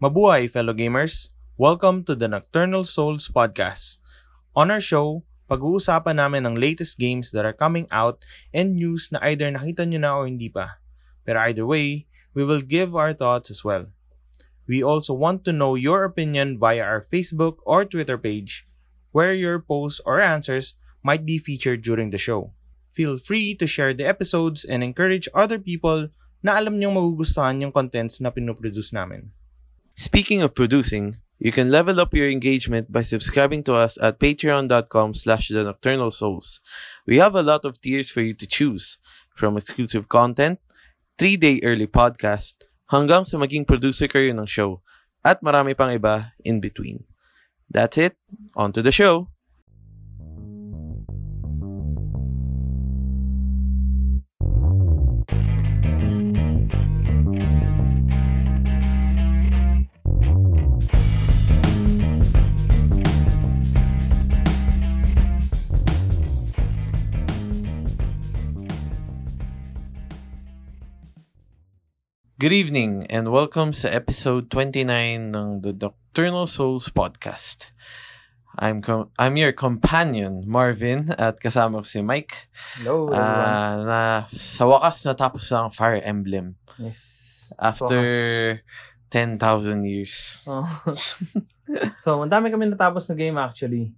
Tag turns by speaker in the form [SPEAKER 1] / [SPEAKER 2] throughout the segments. [SPEAKER 1] Mabuhay, fellow gamers! Welcome to the Nocturnal Souls Podcast. On our show, pag-uusapan namin ang latest games that are coming out and news na either nakita nyo na o hindi pa. Pero either way, we will give our thoughts as well. We also want to know your opinion via our Facebook or Twitter page, where your posts or answers might be featured during the show. Feel free to share the episodes and encourage other people na alam niyong magugustuhan yung contents na pinoproduce namin.
[SPEAKER 2] Speaking of producing, you can level up your engagement by subscribing to us at patreon.com slash the nocturnal souls. We have a lot of tiers for you to choose, from exclusive content, 3-day early podcast, hanggang sa maging producer kayo ng show, at marami pang iba in between. That's it. On to the show. Good evening and welcome sa episode 29 ng the Nocturnal Souls podcast. I'm com- I'm your companion, Marvin, at kasama ko si Mike.
[SPEAKER 1] Hello, everyone.
[SPEAKER 2] Ah, na sa wakas natapos na ang Fire Emblem
[SPEAKER 1] yes.
[SPEAKER 2] after 10,000 years.
[SPEAKER 1] So, Oh. so, ang dami kami natapos na game actually.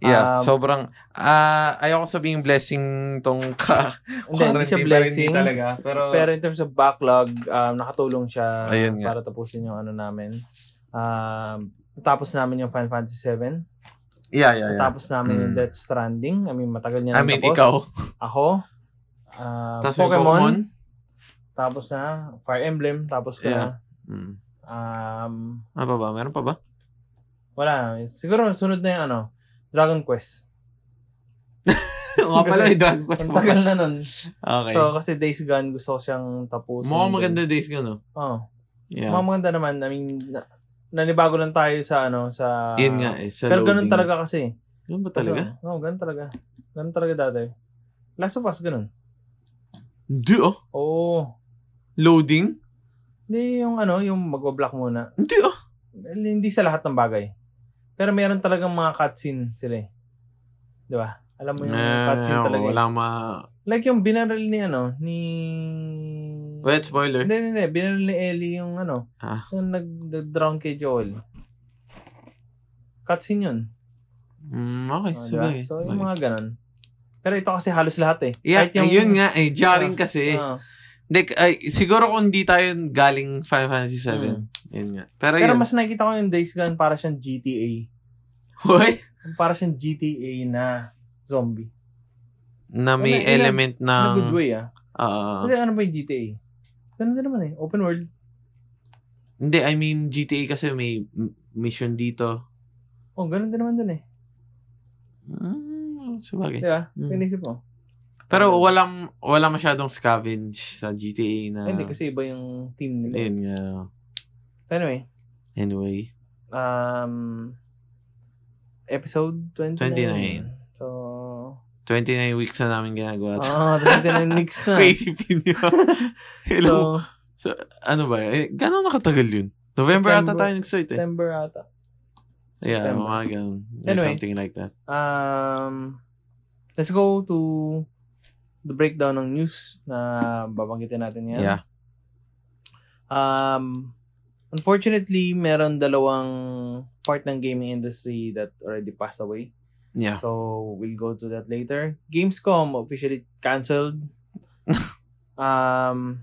[SPEAKER 2] Yeah,
[SPEAKER 1] Um,
[SPEAKER 2] sobrang ah ayoko sabihing blessing tong ka.
[SPEAKER 1] Hindi, hindi siya
[SPEAKER 2] quarantine, pero hindi
[SPEAKER 1] blessing.
[SPEAKER 2] talaga, pero,
[SPEAKER 1] Pero in terms of backlog, um, nakatulong siya
[SPEAKER 2] Oh. Ayun nga.
[SPEAKER 1] para tapusin yung ano namin. Um, tapos namin yung Final Fantasy 7.
[SPEAKER 2] yeah, yeah, yeah.
[SPEAKER 1] Tapos namin yung
[SPEAKER 2] Mm.
[SPEAKER 1] Death Stranding. I mean, matagal niya
[SPEAKER 2] I
[SPEAKER 1] na
[SPEAKER 2] mean,
[SPEAKER 1] tapos.
[SPEAKER 2] ikaw.
[SPEAKER 1] Ako. Um,
[SPEAKER 2] Tapos may
[SPEAKER 1] Pokemon,
[SPEAKER 2] Pokemon.
[SPEAKER 1] Tapos na. Fire Emblem. Tapos ko
[SPEAKER 2] Yeah.
[SPEAKER 1] na.
[SPEAKER 2] Mm.
[SPEAKER 1] Um,
[SPEAKER 2] Ano pa ba? Meron pa ba?
[SPEAKER 1] wala na. Siguro sunod na yung ano, Dragon Quest.
[SPEAKER 2] Nga pala,
[SPEAKER 1] Kasi-
[SPEAKER 2] may Dragon Quest
[SPEAKER 1] Ang
[SPEAKER 2] pa
[SPEAKER 1] tagal
[SPEAKER 2] pala.
[SPEAKER 1] na nun.
[SPEAKER 2] Okay.
[SPEAKER 1] So, kasi Days Gone, gusto ko siyang tapusin.
[SPEAKER 2] Mukhang maganda days ka, no?
[SPEAKER 1] Oo.
[SPEAKER 2] Yeah.
[SPEAKER 1] Mukhang maganda naman. I mean, na, nanibago lang tayo sa ano, sa...
[SPEAKER 2] Yun nga eh. Sa
[SPEAKER 1] Pero ganun
[SPEAKER 2] loading.
[SPEAKER 1] talaga kasi.
[SPEAKER 2] Ganun ba
[SPEAKER 1] Kaso-
[SPEAKER 2] talaga?
[SPEAKER 1] Oo, ganun talaga. Ganun talaga dati. Last of Us, ganun.
[SPEAKER 2] Hindi oh.
[SPEAKER 1] Oo.
[SPEAKER 2] Loading?
[SPEAKER 1] Hindi yung ano, yung mag-block muna.
[SPEAKER 2] Hindi oh.
[SPEAKER 1] Well, Hindi sa lahat ng bagay. Pero meron talagang mga cutscene sila eh. Di ba? Alam mo yung
[SPEAKER 2] Eh,
[SPEAKER 1] cutscene talaga. eh.
[SPEAKER 2] Wala ma...
[SPEAKER 1] Like yung binaril ni ano, ni...
[SPEAKER 2] Wait, spoiler.
[SPEAKER 1] Hindi, hindi, hindi. Binaril ni Ellie yung ano.
[SPEAKER 2] Eh? Ah.
[SPEAKER 1] Yung nag-drown kay Joel. Cutscene yun.
[SPEAKER 2] Mm, okay,
[SPEAKER 1] Oh, diba?
[SPEAKER 2] sabagay.
[SPEAKER 1] So,
[SPEAKER 2] sabagay.
[SPEAKER 1] yung mga ganun. Pero ito kasi halos lahat eh.
[SPEAKER 2] Yeah,
[SPEAKER 1] Kahit yung- Ah,
[SPEAKER 2] yun nga eh. Jarring kasi.
[SPEAKER 1] Oo.
[SPEAKER 2] Like, ay, siguro kung di tayo galing Final Fantasy 7.
[SPEAKER 1] Mm.
[SPEAKER 2] Yun nga. Pero,
[SPEAKER 1] Pero
[SPEAKER 2] yun.
[SPEAKER 1] mas nakikita ko yung Days Gone para siyang GTA.
[SPEAKER 2] Hoy,
[SPEAKER 1] Para siyang GTA na zombie.
[SPEAKER 2] na may
[SPEAKER 1] Ano, ilan-
[SPEAKER 2] element ng...
[SPEAKER 1] na good way ah.
[SPEAKER 2] Ah,
[SPEAKER 1] Kasi ano ba yung GTA? Ganun din naman eh. Open world.
[SPEAKER 2] hindi, I mean, GTA kasi may m- mission dito.
[SPEAKER 1] Oh, ganun din naman dun eh.
[SPEAKER 2] Mm, sabagay.
[SPEAKER 1] Di ba?
[SPEAKER 2] Mm.
[SPEAKER 1] Mm. Inisip mo.
[SPEAKER 2] Pero walang, wala masyadong scavenge sa GTA na...
[SPEAKER 1] Ay, Hindi, kasi iba yung team nila.
[SPEAKER 2] Ayun nga.
[SPEAKER 1] Anyway,
[SPEAKER 2] Anyway.
[SPEAKER 1] um, episode 29.
[SPEAKER 2] 29.
[SPEAKER 1] So,
[SPEAKER 2] 29 weeks na namin ginagawa. to.
[SPEAKER 1] ah 29 weeks na.
[SPEAKER 2] Crazy pin yun. Hello.
[SPEAKER 1] Ah, So,
[SPEAKER 2] ano ba? Eh, gano'n nakatagal yun? November ata
[SPEAKER 1] September.
[SPEAKER 2] tayo nag-start eh.
[SPEAKER 1] September ata.
[SPEAKER 2] Yeah,
[SPEAKER 1] September.
[SPEAKER 2] mga ganun. Or
[SPEAKER 1] Anyway.
[SPEAKER 2] Something like that.
[SPEAKER 1] Um, let's go to the breakdown ng news na babanggitin natin ngayon.
[SPEAKER 2] Yeah.
[SPEAKER 1] Um, unfortunately, meron dalawang part ng gaming industry that already passed away.
[SPEAKER 2] Yeah.
[SPEAKER 1] So, we'll go to that later. Gamescom officially cancelled. um,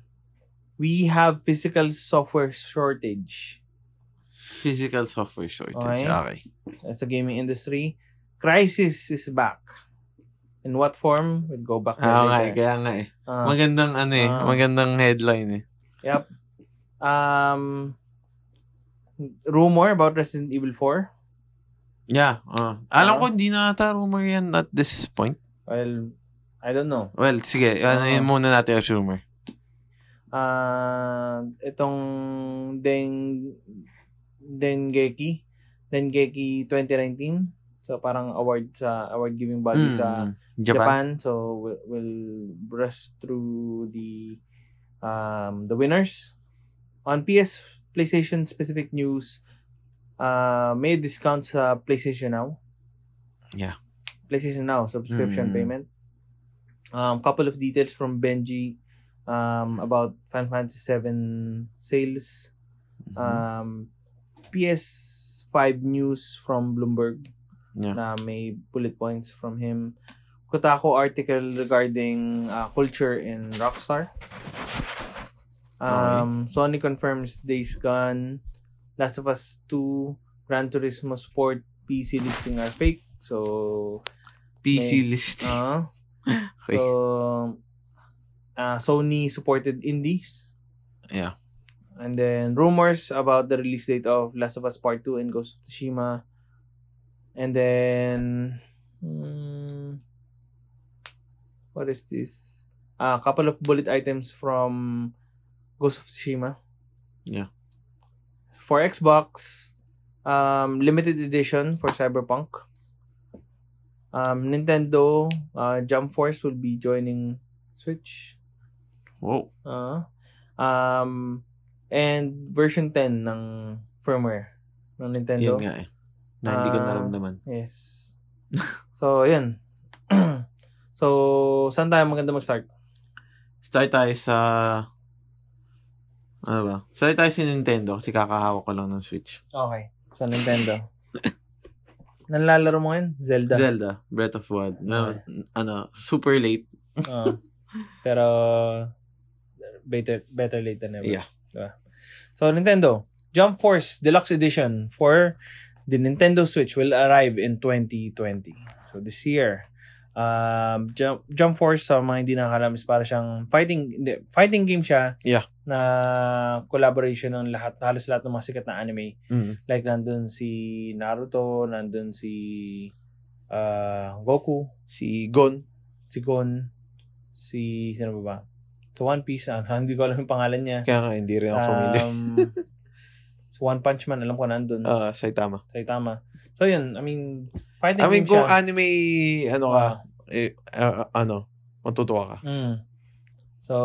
[SPEAKER 1] we have physical software shortage
[SPEAKER 2] Physical software shortage.
[SPEAKER 1] Okay.
[SPEAKER 2] Okay.
[SPEAKER 1] as a gaming industry. Crisis is back. In what form? We'll go back to
[SPEAKER 2] Ah, nga eh,
[SPEAKER 1] later.
[SPEAKER 2] kaya nga eh.
[SPEAKER 1] Ah,
[SPEAKER 2] Magandang ano eh,
[SPEAKER 1] Ah.
[SPEAKER 2] magandang headline eh.
[SPEAKER 1] um, rumor about Resident Evil 4.
[SPEAKER 2] Yeah. ah. Alam
[SPEAKER 1] Ah.
[SPEAKER 2] ko hindi na ata rumor yan at this point.
[SPEAKER 1] Well, I don't know.
[SPEAKER 2] Well, sige,
[SPEAKER 1] Ah.
[SPEAKER 2] ano yun muna natin as rumor.
[SPEAKER 1] Ah, itong Deng Dengeki, Dengeki 2019. So parang award sa award giving body
[SPEAKER 2] Mm,
[SPEAKER 1] sa
[SPEAKER 2] mm. Japan.
[SPEAKER 1] Japan. So we'll, we'll brush through the um the winners on PS PlayStation specific news, uh, may discount sa PlayStation Now.
[SPEAKER 2] Yeah.
[SPEAKER 1] PlayStation Now subscription
[SPEAKER 2] Mm.
[SPEAKER 1] payment. Um, couple of details from Benji um, about Final Fantasy 7 sales.
[SPEAKER 2] Mhm.
[SPEAKER 1] Um, PS5 news from Bloomberg
[SPEAKER 2] Hmm. yeah.
[SPEAKER 1] na may bullet points from him. Kotaku article regarding uh, culture in Rockstar. Um, Sony confirms Days Gone, Last of Us 2, Gran Turismo Sport PC listing are fake. So,
[SPEAKER 2] PC list.
[SPEAKER 1] uh,
[SPEAKER 2] Uy,
[SPEAKER 1] so uh, Sony supported indies.
[SPEAKER 2] yeah.
[SPEAKER 1] And then rumors about the release date of Last of Us Part 2 and Ghost of Tsushima. And then mm, what is this? A couple of bullet items from Ghost of Tsushima.
[SPEAKER 2] Yeah.
[SPEAKER 1] For Xbox, um, limited edition for Cyberpunk. Um, Nintendo uh, Jump Force will be joining Switch.
[SPEAKER 2] Whoa.
[SPEAKER 1] Ah. um, and version 10 ng firmware ng Nintendo.
[SPEAKER 2] Yun nga eh. Na hindi ko
[SPEAKER 1] Ah,
[SPEAKER 2] naramdaman.
[SPEAKER 1] Yes. so, yun. so, saan tayo maganda mag-start?
[SPEAKER 2] Start tayo sa... Ano ba? Start tayo sa Nintendo kasi kakahawak ko lang ng Switch.
[SPEAKER 1] Okay. Sa Nintendo. Nanlalaro mo ngayon? Zelda. Ah,
[SPEAKER 2] Zelda, Breath of Wild. No, Ano, super late.
[SPEAKER 1] Oo. pero, better, better late than never. Diba?
[SPEAKER 2] Yeah.
[SPEAKER 1] So, Nintendo, Jump Force Deluxe Edition for the Nintendo Switch will arrive in 2020. So, this year. Um, Jump, Jump Force, sa mga hindi nakakalam, is para siyang fighting, hindi, fighting game siya
[SPEAKER 2] Yeah.
[SPEAKER 1] na collaboration ng lahat, halos lahat ng mga sikat na anime.
[SPEAKER 2] Mm.
[SPEAKER 1] Like, nandun si Naruto, nandun si uh, Goku,
[SPEAKER 2] Si Gon.
[SPEAKER 1] si Gon, si, sino ba ba? Sa One Piece, ah, hindi ko alam yung pangalan niya.
[SPEAKER 2] Kaya nga, hindi rin ako familiar.
[SPEAKER 1] Um, so One Punch Man, alam ko nandun.
[SPEAKER 2] Ah, Saitama.
[SPEAKER 1] Saitama. So yun, I mean, fighting
[SPEAKER 2] I mean,
[SPEAKER 1] game
[SPEAKER 2] kung
[SPEAKER 1] siya.
[SPEAKER 2] anime, ano ka, eh, ah, ano, matutuwa ka.
[SPEAKER 1] Mm. So,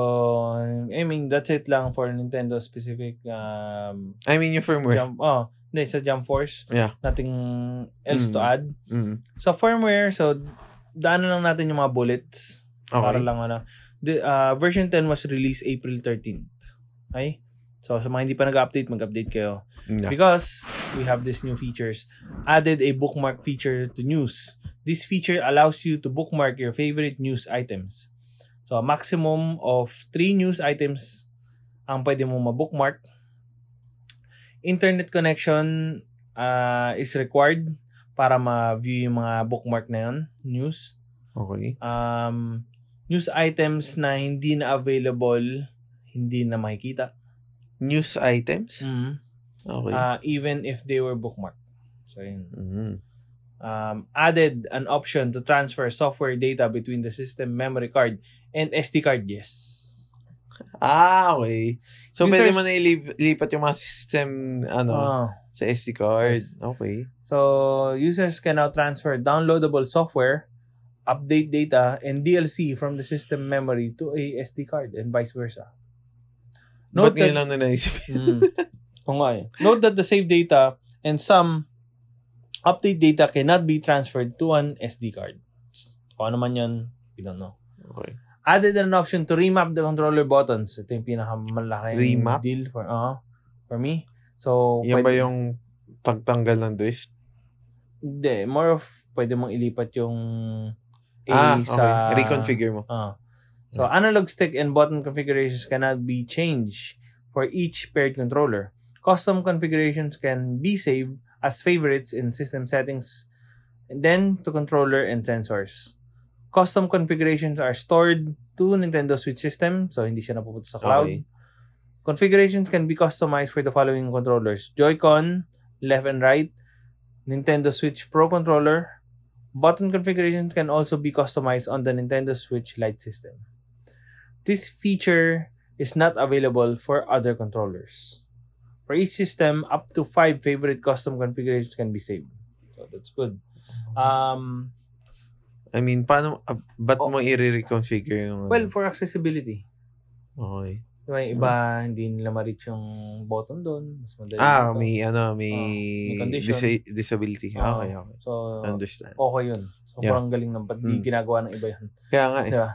[SPEAKER 1] I mean, that's it lang for Nintendo specific um,
[SPEAKER 2] I mean, yung firmware.
[SPEAKER 1] jump. Oh, hindi, sa Jump Force.
[SPEAKER 2] Yeah.
[SPEAKER 1] Nothing else to
[SPEAKER 2] Mm.
[SPEAKER 1] add.
[SPEAKER 2] Mm.
[SPEAKER 1] Sa firmware, so, daanan lang natin yung mga bullets.
[SPEAKER 2] Okay.
[SPEAKER 1] Para lang ano. The, uh, version 10 was released April 13th. Okay? So, sa mga hindi pa nag-update, mag-update kayo.
[SPEAKER 2] Yeah.
[SPEAKER 1] Because we have these new features, added a bookmark feature to news. This feature allows you to bookmark your favorite news items. So, a maximum of three news items ang pwede mo ma-bookmark. Internet connection ah, is required para ma-view yung mga bookmark na yun, news.
[SPEAKER 2] Okay.
[SPEAKER 1] Um, news items na hindi na available, hindi na makikita.
[SPEAKER 2] News items?
[SPEAKER 1] Mhm.
[SPEAKER 2] Okay.
[SPEAKER 1] Uh, even if they were bookmarked. So, yun.
[SPEAKER 2] Mm.
[SPEAKER 1] Um, added an option to transfer software data between the system memory card and SD card. Yes.
[SPEAKER 2] Ah, okay. So, pwede
[SPEAKER 1] Users-
[SPEAKER 2] mo na ilip- ilipat yung mga system, ano,
[SPEAKER 1] Ah.
[SPEAKER 2] sa SD card.
[SPEAKER 1] Yes.
[SPEAKER 2] Okay.
[SPEAKER 1] so, users can now transfer downloadable software, update data, and DLC from the system memory to a SD card and vice versa. Note
[SPEAKER 2] Note Ba't ngayon
[SPEAKER 1] that-
[SPEAKER 2] lang na naisip?
[SPEAKER 1] Mm. Oo nga eh. Note that the saved data and some update data cannot be transferred to an SD card. Kung ano man yun, we don't know.
[SPEAKER 2] Okay.
[SPEAKER 1] Oh, added an option to remap the controller buttons. Ito yung pinakamalaking
[SPEAKER 2] Remap?
[SPEAKER 1] deal for, uh, for me. So,
[SPEAKER 2] Yan ba
[SPEAKER 1] pwede-
[SPEAKER 2] yung pagtanggal ng drift?
[SPEAKER 1] Hindi, more of pwede mong ilipat yung A
[SPEAKER 2] ah, okay. Hmm.
[SPEAKER 1] sa...
[SPEAKER 2] Reconfigure mo.
[SPEAKER 1] Ah. so, analog stick and button configurations cannot be changed for each paired controller. Custom configurations can be saved as favorites in system settings, and then to controller and sensors. Custom configurations are stored to Nintendo Switch system, so hindi siya napupunta sa cloud.
[SPEAKER 2] Okay.
[SPEAKER 1] Configurations can be customized for the following controllers. Joy-Con, left and right, Nintendo Switch Pro controller. Button configurations can also be customized on the Nintendo Switch Lite system. This feature is not available for other controllers. For each system, up to five favorite custom configurations can be saved. So that's good. Um,
[SPEAKER 2] I mean, paano, ah, ba't
[SPEAKER 1] Oh.
[SPEAKER 2] mo i-reconfigure yung... ano?
[SPEAKER 1] well, for accessibility.
[SPEAKER 2] okay.
[SPEAKER 1] Di ba, yung iba, hindi nila ma-reach yung button doon. Mas madali.
[SPEAKER 2] Hmm. Ah,
[SPEAKER 1] dito.
[SPEAKER 2] may ano, may,
[SPEAKER 1] eh, may condition.
[SPEAKER 2] disa- disability.
[SPEAKER 1] Oo.
[SPEAKER 2] okay, okay.
[SPEAKER 1] So,
[SPEAKER 2] Understand.
[SPEAKER 1] okay yun. Sobrang galing ng ba't di
[SPEAKER 2] Mm.
[SPEAKER 1] ginagawa ng iba yun.
[SPEAKER 2] Kaya nga eh.
[SPEAKER 1] Di ba? Diba?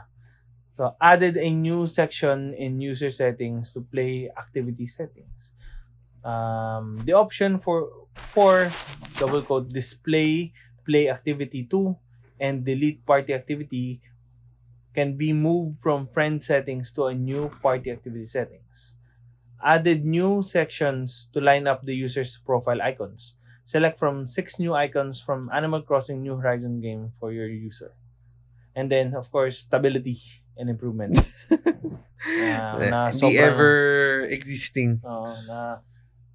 [SPEAKER 1] So, added a new section in user settings to play activity settings. Um, the option for for double quote display play activity 2 and delete party activity can be moved from friend settings to a new party activity settings. Added new sections to line up the user's profile icons. Select from six new icons from Animal Crossing New Horizon game for your user. And then, of course, stability and improvement. Ah, na
[SPEAKER 2] eh, Hindi
[SPEAKER 1] sobrang-
[SPEAKER 2] ever existing.
[SPEAKER 1] Oo, na,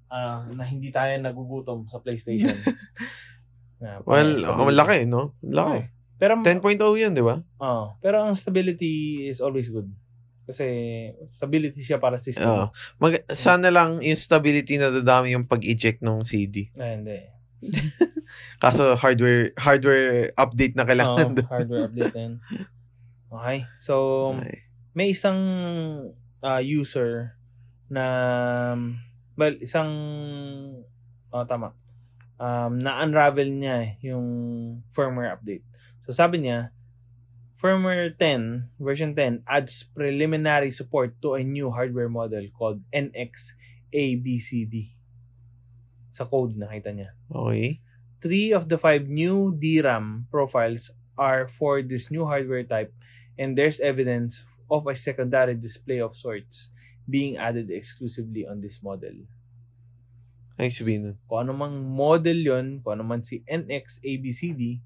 [SPEAKER 1] ah, na hindi tayo nagugutom sa PlayStation. Na,
[SPEAKER 2] Well,
[SPEAKER 1] parang
[SPEAKER 2] ang
[SPEAKER 1] stability.
[SPEAKER 2] laki, no? Ang Laki.
[SPEAKER 1] Pero,
[SPEAKER 2] 10.0 yun, oh di ba?
[SPEAKER 1] oo, pero ang stability is always good. Kasi stability siya para sa system.
[SPEAKER 2] Oo. Mag- sana lang yung stability na dadami yung pag-eject ng CD.
[SPEAKER 1] Ah, hindi.
[SPEAKER 2] Kaso hardware hardware update na
[SPEAKER 1] Oo,
[SPEAKER 2] kailangan doon.
[SPEAKER 1] hardware update din. Okay. So,
[SPEAKER 2] Ay.
[SPEAKER 1] may isang ah, user na well, isang oh, tama. Um, na-unravel niya eh, yung firmware update. So sabi niya, firmware 10, version 10 adds preliminary support to a new hardware model called NXABCD. Sa code nakita niya
[SPEAKER 2] Okay.
[SPEAKER 1] three of the five new DRAM profiles are for this new hardware type, and there's evidence of a secondary display of sorts being added exclusively on this model.
[SPEAKER 2] Ay, sabihin nun.
[SPEAKER 1] Kung ano mang model yon, kung ano man si NXABCD,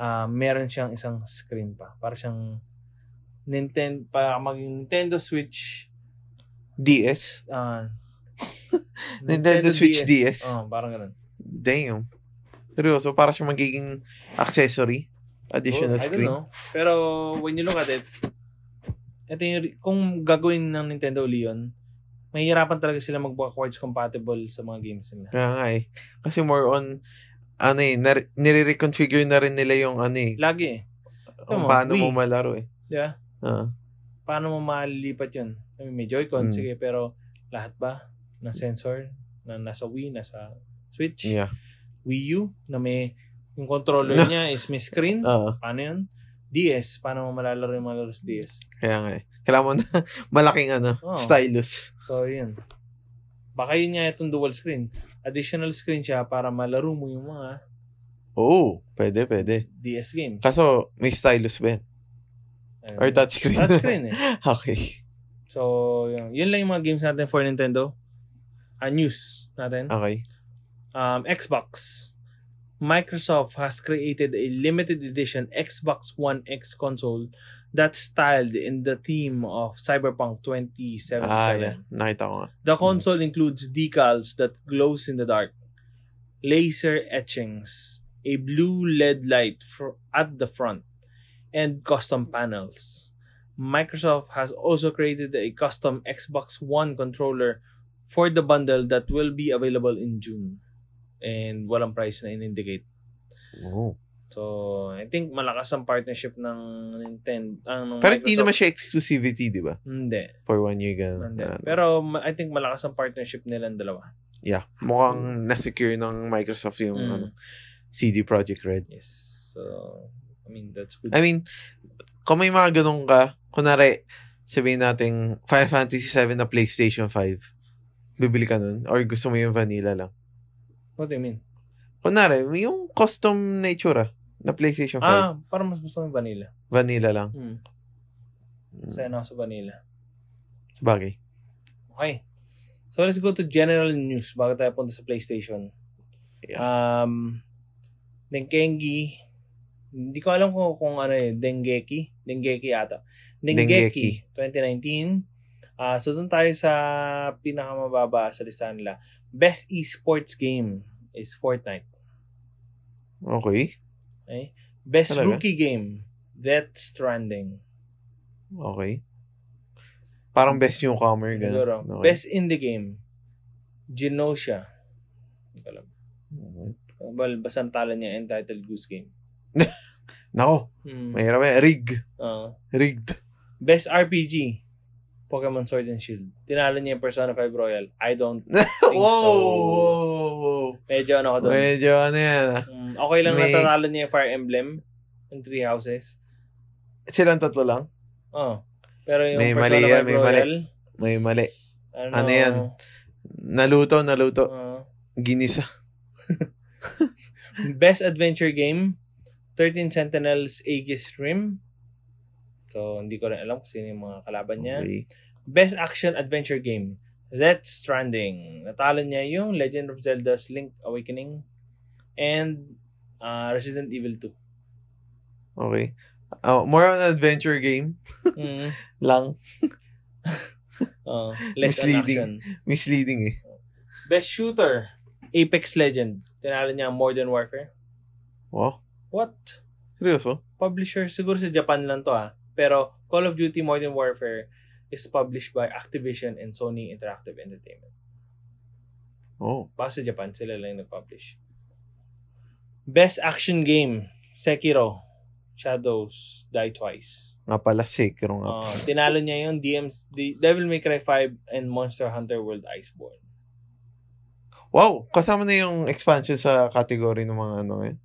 [SPEAKER 1] ah meron siyang isang screen pa. Para siyang Nintendo, para maging Nintendo Switch.
[SPEAKER 2] DS?
[SPEAKER 1] ah,
[SPEAKER 2] Nintendo, Switch
[SPEAKER 1] DS.
[SPEAKER 2] DS?
[SPEAKER 1] Oh, parang ganun.
[SPEAKER 2] Damn. Seryoso, para siya magiging accessory.
[SPEAKER 1] Oh,
[SPEAKER 2] Additional
[SPEAKER 1] I
[SPEAKER 2] screen.
[SPEAKER 1] don't know. Pero when you look at it, ito yung, re- kung gagawin ng Nintendo uli yun, mahihirapan talaga sila mag-backwards compatible sa mga games nila.
[SPEAKER 2] Kaya nga eh. Kasi more on, ano eh, nar- nire-reconfigure na rin nila yung ano eh,
[SPEAKER 1] Lagi eh.
[SPEAKER 2] kung
[SPEAKER 1] mo,
[SPEAKER 2] paano
[SPEAKER 1] Wii.
[SPEAKER 2] mo malaro eh.
[SPEAKER 1] Di ba?
[SPEAKER 2] Ah.
[SPEAKER 1] Paano mo malilipat yun? I mean, may Joy-Con,
[SPEAKER 2] Mm.
[SPEAKER 1] sige, pero lahat ba na sensor na nasa Wii, nasa Switch,
[SPEAKER 2] yeah.
[SPEAKER 1] Wii U, na may yung controller niya is may screen.
[SPEAKER 2] Ah,
[SPEAKER 1] Paano yun? DS, paano mo malalaro yung mga laro sa DS?
[SPEAKER 2] kaya nga eh. Kailangan mo na malaking ano,
[SPEAKER 1] Oo.
[SPEAKER 2] stylus.
[SPEAKER 1] So, yun. Baka yun nga itong dual screen. Additional screen siya para malaro mo yung mga
[SPEAKER 2] Oo, Oh, pwede, pwede.
[SPEAKER 1] DS game.
[SPEAKER 2] Kaso, may stylus ba yan?
[SPEAKER 1] Ayun.
[SPEAKER 2] Or touchscreen?
[SPEAKER 1] Touchscreen eh.
[SPEAKER 2] okay.
[SPEAKER 1] So, yun. yun lang yung mga games natin for Nintendo. Ah, news natin.
[SPEAKER 2] Okay.
[SPEAKER 1] Um, Xbox. Microsoft has created a limited edition Xbox One X console that's styled in the theme of Cyberpunk 2077.
[SPEAKER 2] Ah, yeah. Nakita ko nga.
[SPEAKER 1] The console includes decals that glows in the dark, laser etchings, a blue LED light fr- at the front, and custom panels. Microsoft has also created a custom Xbox One controller for the bundle that will be available in June. And walang price na in-indicate. Oh.
[SPEAKER 2] Oo.
[SPEAKER 1] So, I think malakas ang partnership ng Nintendo. Ang ng
[SPEAKER 2] Pero hindi naman
[SPEAKER 1] Microsoft.
[SPEAKER 2] siya exclusivity, di ba?
[SPEAKER 1] Hindi.
[SPEAKER 2] For one year, gano'n.
[SPEAKER 1] hindi.
[SPEAKER 2] Ano.
[SPEAKER 1] Pero ma- I think malakas ang partnership nilang dalawa.
[SPEAKER 2] yeah.
[SPEAKER 1] Hmm.
[SPEAKER 2] Mukhang na-secure ng Microsoft yung
[SPEAKER 1] Mm.
[SPEAKER 2] ano, CD Projekt Red.
[SPEAKER 1] Yes. So, I mean, that's good.
[SPEAKER 2] I mean, kung may mga ganun ka, kunwari, sabihin natin, Final Fantasy 7 na PlayStation 5, bibili ka nun? Or gusto mo yung vanilla lang?
[SPEAKER 1] What do you mean?
[SPEAKER 2] Kunwari, yung custom na itsura na PlayStation
[SPEAKER 1] Ah,
[SPEAKER 2] 5,
[SPEAKER 1] parang mas gusto ko yung vanilla.
[SPEAKER 2] vanilla lang.
[SPEAKER 1] Hmm.
[SPEAKER 2] Mm,
[SPEAKER 1] Kasi ano ako sa vanilla.
[SPEAKER 2] Bagay.
[SPEAKER 1] Okay. So, let's go to general news bago tayo punta sa PlayStation.
[SPEAKER 2] Yeah.
[SPEAKER 1] Um, Denkengi. Hindi ko alam kung, kung ano eh. Dengeki. Dengeki ata. Dengeki. 2019. Ah, so, dun tayo sa pinakamababa sa listahan nila. Best esports game is Fortnite.
[SPEAKER 2] Okay.
[SPEAKER 1] Okay? Best
[SPEAKER 2] Talaga?
[SPEAKER 1] rookie game, Death Stranding.
[SPEAKER 2] Okay. Parang best newcomer,
[SPEAKER 1] Siguro.
[SPEAKER 2] gano'n. Okay.
[SPEAKER 1] Best indie game, Genosha. Hindi ko alam. Well, basta ang tala niya, entitled Goose Game.
[SPEAKER 2] Nako,
[SPEAKER 1] Hmm.
[SPEAKER 2] mahirap eh. Rig.
[SPEAKER 1] Ah.
[SPEAKER 2] Rigged.
[SPEAKER 1] best RPG, Pokemon Sword and Shield. Tinalo niya yung Persona 5 Royal. I don't.
[SPEAKER 2] Whoa,
[SPEAKER 1] so.
[SPEAKER 2] whoa, whoa.
[SPEAKER 1] Medyo ano ko doon.
[SPEAKER 2] Medyo ano yan. ah.
[SPEAKER 1] Mm, okay lang
[SPEAKER 2] May-
[SPEAKER 1] na tinalo niya yung Fire Emblem. Yung Three Houses.
[SPEAKER 2] Silang tatlo lang?
[SPEAKER 1] Oh. Pero yung
[SPEAKER 2] May
[SPEAKER 1] Persona
[SPEAKER 2] mali yan,
[SPEAKER 1] 5
[SPEAKER 2] may mali.
[SPEAKER 1] Royal. uh,
[SPEAKER 2] May mali.
[SPEAKER 1] I don't
[SPEAKER 2] Ano
[SPEAKER 1] know.
[SPEAKER 2] yan? Naluto, naluto.
[SPEAKER 1] Oo.
[SPEAKER 2] Ginisa.
[SPEAKER 1] Best Adventure Game, 13 Sentinels Aegis Rim. So, hindi ko rin alam kung sino yung mga kalaban niya.
[SPEAKER 2] Okay.
[SPEAKER 1] Best Action Adventure Game, Death Stranding. Natalo niya yung Legend of Zelda's Link Awakening and uh, Resident Evil 2.
[SPEAKER 2] okay. Oh, more on adventure game
[SPEAKER 1] Mm.
[SPEAKER 2] lang.
[SPEAKER 1] Oh, less on
[SPEAKER 2] Misleading.
[SPEAKER 1] action.
[SPEAKER 2] Misleading eh.
[SPEAKER 1] Best Shooter, Apex Legend. Tinalo niya ang Modern Warfare.
[SPEAKER 2] Wow.
[SPEAKER 1] What?
[SPEAKER 2] Seryoso?
[SPEAKER 1] publisher siguro sa Japan lang to ah. Pero Call of Duty Modern Warfare is published by Activision and Sony Interactive Entertainment.
[SPEAKER 2] Oh.
[SPEAKER 1] Baka sa Japan, sila lang yung nag-publish. Best Action Game, Sekiro, Shadows, Die Twice.
[SPEAKER 2] Nga pala, Sekiro nga.
[SPEAKER 1] Uh,
[SPEAKER 2] pala.
[SPEAKER 1] tinalo niya yung DMs, D- Devil May Cry 5 and Monster Hunter World Iceborne.
[SPEAKER 2] wow! Kasama na yung expansion sa category ng mga ano ngayon.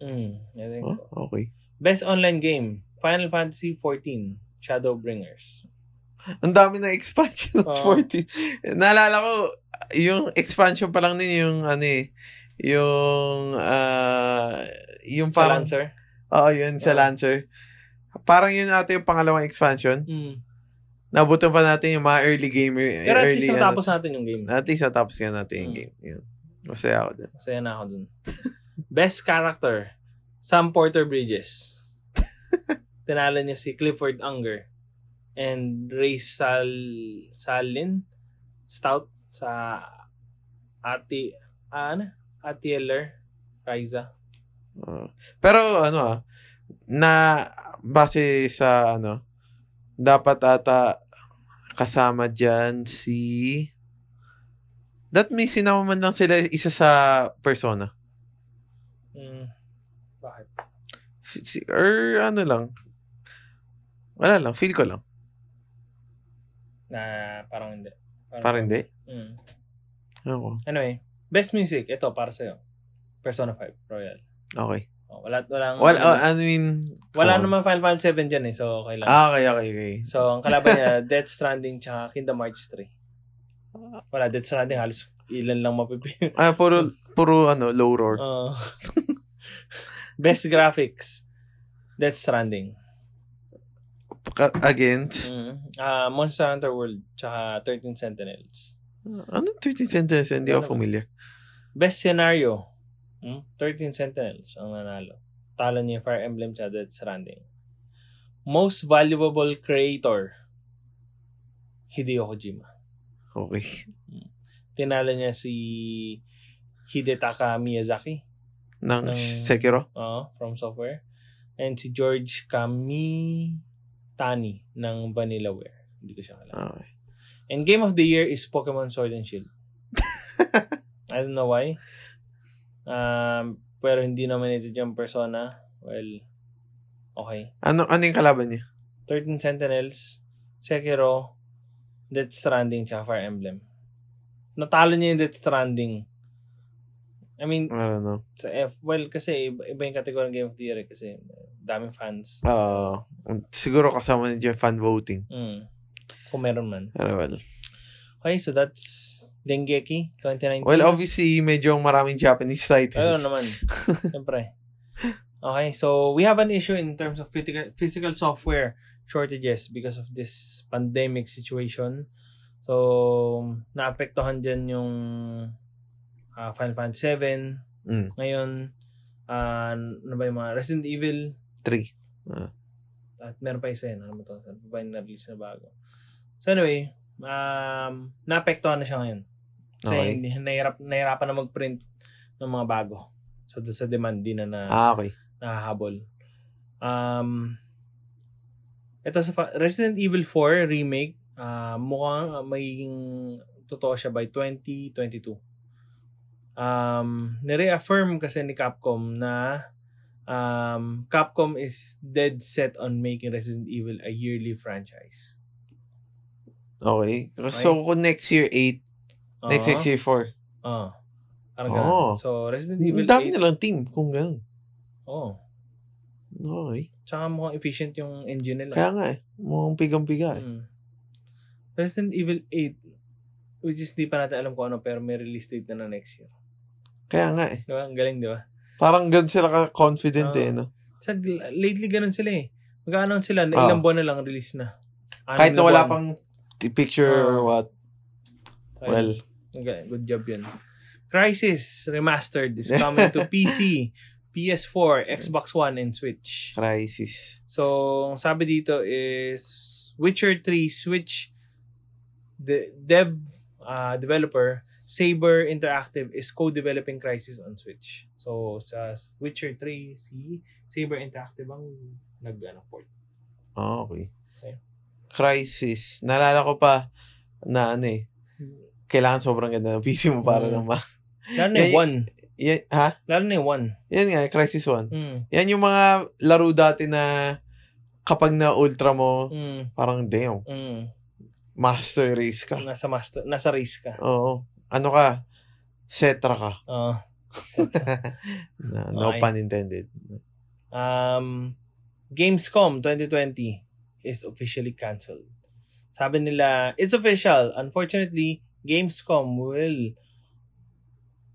[SPEAKER 1] Mm, I think
[SPEAKER 2] Oh,
[SPEAKER 1] so.
[SPEAKER 2] okay.
[SPEAKER 1] Best Online Game, Final Fantasy 14, Shadowbringers.
[SPEAKER 2] Ang dami ng expansion ng
[SPEAKER 1] Oo.
[SPEAKER 2] 14. Naalala ko, yung expansion pa lang din yung ano eh, yung ah, yung
[SPEAKER 1] Sa
[SPEAKER 2] parang
[SPEAKER 1] Lancer. Oh.
[SPEAKER 2] Oo, yun sa
[SPEAKER 1] Oo.
[SPEAKER 2] Lancer. Parang yun ata yung pangalawang expansion.
[SPEAKER 1] Mm.
[SPEAKER 2] Nabutan pa natin yung mga early gamer. eh,
[SPEAKER 1] Pero at
[SPEAKER 2] early,
[SPEAKER 1] least natapos natin yung game.
[SPEAKER 2] Ano, at least natapos nga natin yung
[SPEAKER 1] Mm.
[SPEAKER 2] game. Yun. Masaya ako din.
[SPEAKER 1] Masaya na ako dun. Best character, Sam Porter Bridges. Tinalo niya si Clifford Unger and Ray Sal Salin Stout sa Ati ah, ano? an Atieler Riza.
[SPEAKER 2] Oo. pero ano ah, na base sa ano, dapat ata kasama dyan si... That means sinama man lang sila isa sa persona.
[SPEAKER 1] Mm, bakit?
[SPEAKER 2] Si, si- or ano lang. Wala lang, feel ko lang.
[SPEAKER 1] Na parang hindi.
[SPEAKER 2] Parang hindi.
[SPEAKER 1] Mm.
[SPEAKER 2] Ako.
[SPEAKER 1] Anyway, best music ito para sa Persona 5 Royal.
[SPEAKER 2] Okay.
[SPEAKER 1] Oh, wala walang
[SPEAKER 2] Well, uh, I mean...
[SPEAKER 1] wala
[SPEAKER 2] come on.
[SPEAKER 1] naman Final Fantasy 7 dyan eh, so okay lang.
[SPEAKER 2] Ah, okay, okay, okay.
[SPEAKER 1] So, ang kalaban niya, Death Stranding tsaka Kingdom Hearts 3. Wala, Death Stranding halos ilan lang mapipili.
[SPEAKER 2] Ah, puro, puro ano, low roar.
[SPEAKER 1] Uh, best graphics, Death Stranding.
[SPEAKER 2] Ka- Against,
[SPEAKER 1] Mm. Ah, Monster Hunter World tsaka 13 Sentinels.
[SPEAKER 2] ano 13 sentence? Hindi ako
[SPEAKER 1] Ano ba?
[SPEAKER 2] familiar.
[SPEAKER 1] Best scenario, hmm? 13 Sentinels ang nanalo. Talo niya yung Fire Emblem tsaka Death Stranding. Most valuable creator, Hideo Kojima.
[SPEAKER 2] Okay.
[SPEAKER 1] Tinalo niya si Hidetaka Miyazaki.
[SPEAKER 2] Ng
[SPEAKER 1] Ng-
[SPEAKER 2] Sekiro?
[SPEAKER 1] Oo, from software. And si George Kamitani ng Vanillaware. Hindi ko siya kalala.
[SPEAKER 2] Okay.
[SPEAKER 1] And game of the year is Pokemon Sword and Shield. I don't know why. Um, pero hindi nominated yung Persona. Well, okay.
[SPEAKER 2] Ano, ano yung kalaban niya?
[SPEAKER 1] 13 Sentinels, Sekiro, Death Stranding, tsaka Fire Emblem. Natalo niya yung Death Stranding. I mean,
[SPEAKER 2] I don't know.
[SPEAKER 1] sa F, well, kasi iba, iba yung category ng Game of the Year eh, kasi daming fans.
[SPEAKER 2] Ah, siguro kasama niya yung fan voting.
[SPEAKER 1] Mm. Kung meron man.
[SPEAKER 2] Pero well.
[SPEAKER 1] Okay, so that's Dengeki 2019.
[SPEAKER 2] Well, obviously, medyo maraming Japanese
[SPEAKER 1] Ayun
[SPEAKER 2] titles.
[SPEAKER 1] naman. Siyempre. Okay, so we have an issue in terms of physical, physical software shortages because of this pandemic situation. So, naapektuhan dyan yung ah, Final Fantasy 7.
[SPEAKER 2] Mm,
[SPEAKER 1] Ngayon, ah, ano ba yung mga Resident Evil,
[SPEAKER 2] three. Ah.
[SPEAKER 1] At meron pa isa yun. Ano ba ito? Ano ba yung na-release na bago? So anyway, um, naapektuhan na siya ngayon. Kasi
[SPEAKER 2] Okay.
[SPEAKER 1] hindi, nahirap, nahirapan na mag-print ng mga bago. So doon sa demand din na, na
[SPEAKER 2] Ah, okay.
[SPEAKER 1] nakahabol. Um, ito sa fa- Resident Evil 4 remake, ah, mukhang magiging totoo siya by 2022. Um, nireaffirm kasi ni Capcom na um, Capcom is dead set on making Resident Evil a yearly franchise.
[SPEAKER 2] Okay. So, kung next year, 8. Next, next year, 4.
[SPEAKER 1] Uh-huh. Ah. Parang
[SPEAKER 2] Oo.
[SPEAKER 1] ganun. So, Resident Evil
[SPEAKER 2] Ang dami
[SPEAKER 1] 8.
[SPEAKER 2] nilang team kung gano'n.
[SPEAKER 1] Oo.
[SPEAKER 2] Okay.
[SPEAKER 1] Tsaka mukhang efficient yung engine nila.
[SPEAKER 2] Kaya nga eh. Mukhang pigang-piga eh.
[SPEAKER 1] Mm. Resident Evil 8, which is di pa natin alam kung ano, pero may release date na na next year.
[SPEAKER 2] Kaya nga eh.
[SPEAKER 1] Diba? Ang galing, di ba?
[SPEAKER 2] Parang ganun sila ka-confident
[SPEAKER 1] Oo.
[SPEAKER 2] eh. No?
[SPEAKER 1] Sa, lately, ganun sila eh. Mag-announce sila na
[SPEAKER 2] Ah.
[SPEAKER 1] ilang buwan na lang release na. Anong
[SPEAKER 2] Kahit na
[SPEAKER 1] na
[SPEAKER 2] wala
[SPEAKER 1] buwan.
[SPEAKER 2] pang t- picture or
[SPEAKER 1] Oo.
[SPEAKER 2] what.
[SPEAKER 1] Ayun.
[SPEAKER 2] Well,
[SPEAKER 1] Ang galing. Good job yun. Crisis Remastered is coming to PC, PS4, Xbox One, and Switch.
[SPEAKER 2] crisis.
[SPEAKER 1] So, ang sabi dito is Witcher 3 Switch the dev uh, developer Saber Interactive is co-developing Crisis on Switch. So, sa Witcher 3 si Saber Interactive ang nag ano, port.
[SPEAKER 2] Ah, okay.
[SPEAKER 1] Okay.
[SPEAKER 2] Crisis. Naalala ko pa na ano eh. Kailangan sobrang ganda ng PC mo para
[SPEAKER 1] Mm.
[SPEAKER 2] lang ma...
[SPEAKER 1] Lalo na yung
[SPEAKER 2] Eh,
[SPEAKER 1] 1.
[SPEAKER 2] Yan, ha?
[SPEAKER 1] Lalo na yung 1.
[SPEAKER 2] Yan nga, Crisis 1.
[SPEAKER 1] Mm,
[SPEAKER 2] Yan yung mga laro dati na kapag na ultra mo,
[SPEAKER 1] mm,
[SPEAKER 2] parang damn,
[SPEAKER 1] mm.
[SPEAKER 2] master race ka.
[SPEAKER 1] Nasa, master, nasa race ka. Ah.
[SPEAKER 2] Oo. Ano ka? Setra ka.
[SPEAKER 1] Oo.
[SPEAKER 2] Na, no
[SPEAKER 1] Okay.
[SPEAKER 2] pun intended.
[SPEAKER 1] Um, Gamescom 2020 is officially cancelled. Sabi nila, it's official. Unfortunately, Gamescom will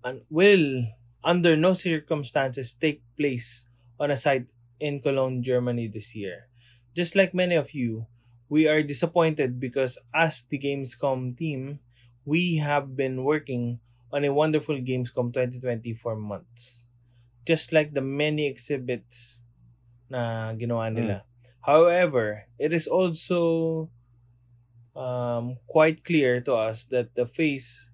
[SPEAKER 1] un- will under no circumstances take place on a site in Cologne, Germany this year. Just like many of you, we are disappointed because as the Gamescom team, we have been working on a wonderful Gamescom 2020 for months. Just like the many exhibits na ginawa
[SPEAKER 2] Hmm.
[SPEAKER 1] nila. However, it is also um, quite clear to us that the face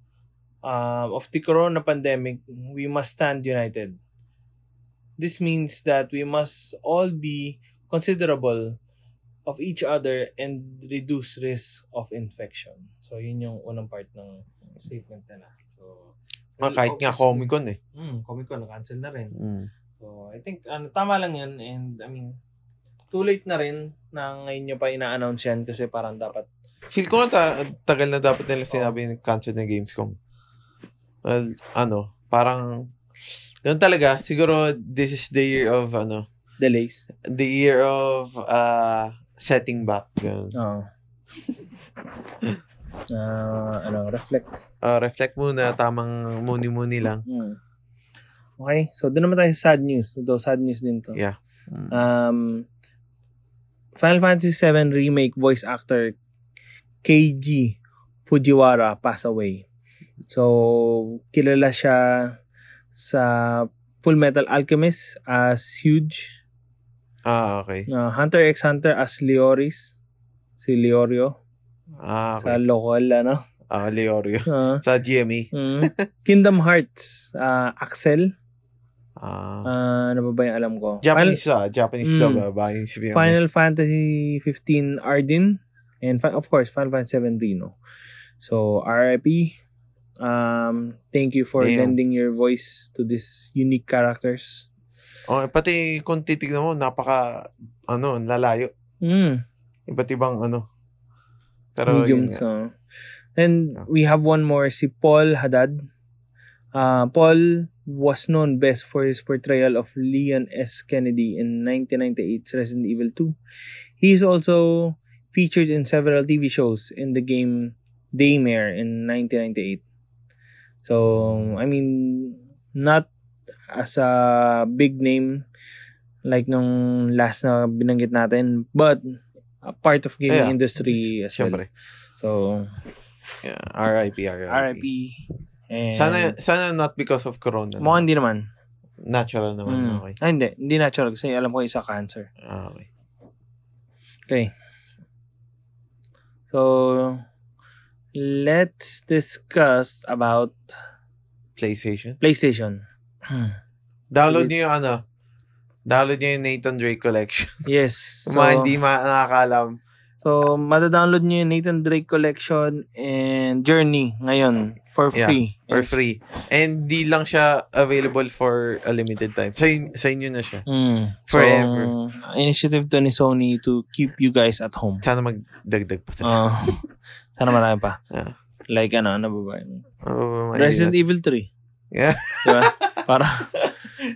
[SPEAKER 1] um, of the corona pandemic, we must stand united. This means that we must all be considerable of each other and reduce risk of infection. So, yun yung unang part ng statement nila. So,
[SPEAKER 2] Ah, kahit nga Comic Con eh.
[SPEAKER 1] Mm, Comic Con, cancel na rin.
[SPEAKER 2] Mm.
[SPEAKER 1] So, I think, ano, tama lang yun. And, I mean, too late na rin na ngayon nyo pa ina-announce yan kasi parang dapat,
[SPEAKER 2] Feel ko nga ta- tagal na dapat nila sinabi yung cancel ng Gamescom. Well, ano, parang, ganun talaga, siguro this is the year of, ano,
[SPEAKER 1] delays.
[SPEAKER 2] the year of uh, setting back. Ganun.
[SPEAKER 1] Oo. Ah, ano, reflect.
[SPEAKER 2] Uh, reflect muna, tamang muni-muni lang.
[SPEAKER 1] Mm. Okay, so doon naman tayo sa sad news. Though sad news din to.
[SPEAKER 2] Yeah. Mm.
[SPEAKER 1] Um, Final Fantasy VII Remake voice actor KG Fujiwara passed away. So, kilala siya sa Full Metal Alchemist as Huge.
[SPEAKER 2] Ah, okay.
[SPEAKER 1] Uh, Hunter x Hunter as Leoris. Si Leorio.
[SPEAKER 2] Ah,
[SPEAKER 1] Sa
[SPEAKER 2] okay.
[SPEAKER 1] local, ano.
[SPEAKER 2] Ah, Leorio.
[SPEAKER 1] Ah,
[SPEAKER 2] Sa E. GMA.
[SPEAKER 1] mm. Kingdom Hearts. ah, Axel.
[SPEAKER 2] Ah,
[SPEAKER 1] Ah, ano ba ba yung alam ko?
[SPEAKER 2] Japanese ah, Japanese daw
[SPEAKER 1] Mm.
[SPEAKER 2] ba? Ba yung sabihin
[SPEAKER 1] Final, Final
[SPEAKER 2] mo?
[SPEAKER 1] Fantasy 15 Ardyn. And fi- of course, Final Fantasy 7 Reno. So, RIP. Um, thank you for
[SPEAKER 2] Damn.
[SPEAKER 1] lending your voice to these unique characters.
[SPEAKER 2] Okay, Oh, pati kung titignan mo, napaka, ano, ang lalayo.
[SPEAKER 1] Mm,
[SPEAKER 2] Iba't ibang, ano. Pero,
[SPEAKER 1] medium
[SPEAKER 2] yun nga.
[SPEAKER 1] so. And
[SPEAKER 2] Ah.
[SPEAKER 1] we have one more, si Paul Haddad. Uh, Paul was known best for his portrayal of Leon S. Kennedy in 1998's Resident Evil 2. He is also featured in several TV shows in the game Daymare in 1998. So, I mean, not as a big name like nung last na binanggit natin, but a part of gaming
[SPEAKER 2] Yeah.
[SPEAKER 1] industry as well.
[SPEAKER 2] Siyempre.
[SPEAKER 1] So,
[SPEAKER 2] Yeah, RIP, RIP.
[SPEAKER 1] RIP. And,
[SPEAKER 2] Sana, sana not because of corona.
[SPEAKER 1] Mukhang hindi naman.
[SPEAKER 2] Natural naman.
[SPEAKER 1] Mm.
[SPEAKER 2] Okay.
[SPEAKER 1] Ah, hindi. Hindi natural kasi alam ko isa cancer.
[SPEAKER 2] Ah, okay.
[SPEAKER 1] Okay. So, let's discuss about
[SPEAKER 2] PlayStation.
[SPEAKER 1] PlayStation.
[SPEAKER 2] Download
[SPEAKER 1] Wait.
[SPEAKER 2] niyo yung ano. Download niyo yung Nathan Drake collection.
[SPEAKER 1] Yes.
[SPEAKER 2] So,
[SPEAKER 1] So,
[SPEAKER 2] Mga hindi ma- nakakaalam.
[SPEAKER 1] so madadownload nyo yung Nathan Drake Collection and Journey ngayon for
[SPEAKER 2] Yeah,
[SPEAKER 1] free.
[SPEAKER 2] For free. And di lang siya available for a limited time. Sa, in- sa inyo na siya.
[SPEAKER 1] Mm.
[SPEAKER 2] Forever.
[SPEAKER 1] So, initiative to ni Sony to keep you guys at home.
[SPEAKER 2] Sana magdagdag pa
[SPEAKER 1] Ah.
[SPEAKER 2] sila.
[SPEAKER 1] Sana marami pa.
[SPEAKER 2] Yeah.
[SPEAKER 1] Like ano, ano ba ba? yun?
[SPEAKER 2] Oh my
[SPEAKER 1] Resident
[SPEAKER 2] God.
[SPEAKER 1] Evil 3.
[SPEAKER 2] Yeah.
[SPEAKER 1] Diba? Para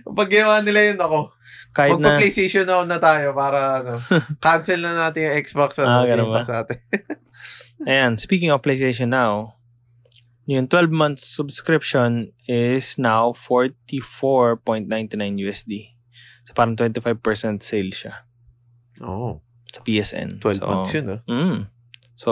[SPEAKER 2] Pag ginawa nila yun ako,
[SPEAKER 1] kahit na...
[SPEAKER 2] magpa-PlayStation na, na tayo para ano, cancel na natin yung Xbox
[SPEAKER 1] Ah,
[SPEAKER 2] ano,
[SPEAKER 1] ganun
[SPEAKER 2] Game
[SPEAKER 1] ba?
[SPEAKER 2] Pass natin.
[SPEAKER 1] Ayan, speaking of PlayStation Now, yung 12 months subscription is now 44.99 USD. So parang 25% sale siya
[SPEAKER 2] Oo.
[SPEAKER 1] sa PSN.
[SPEAKER 2] 12
[SPEAKER 1] so,
[SPEAKER 2] months yun, ah.
[SPEAKER 1] Mm. So,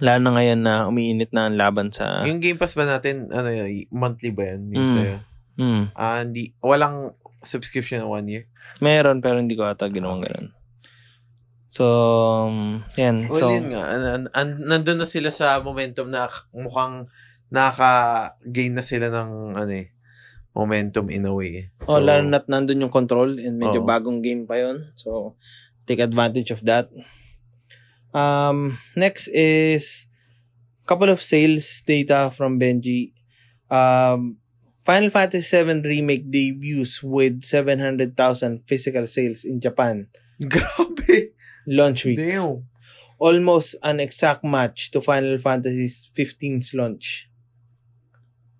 [SPEAKER 1] lalo na ngayon na umiinit na ang laban sa...
[SPEAKER 2] Yung Game Pass ba natin, ano yun, monthly ba yan? Yung
[SPEAKER 1] Mm.
[SPEAKER 2] sa'yo?
[SPEAKER 1] Mm.
[SPEAKER 2] Ah, hindi, walang subscription na one year.
[SPEAKER 1] Meron, pero hindi ko ata ginawang ganun. So, um, yan.
[SPEAKER 2] Well,
[SPEAKER 1] So,
[SPEAKER 2] yun nga. an- an- an- nandun na sila sa momentum na k- mukhang naka-gain na sila ng ano eh, momentum in a way. eh.
[SPEAKER 1] oh, lalo na nandun yung control and medyo
[SPEAKER 2] Oo.
[SPEAKER 1] bagong game pa yon So, take advantage of that. Um, next is couple of sales data from Benji. Um, Final Fantasy VII Remake debuts with 700,000 physical sales in Japan.
[SPEAKER 2] Grabe!
[SPEAKER 1] Launch week.
[SPEAKER 2] Damn!
[SPEAKER 1] Almost an exact match to Final Fantasy 15's launch.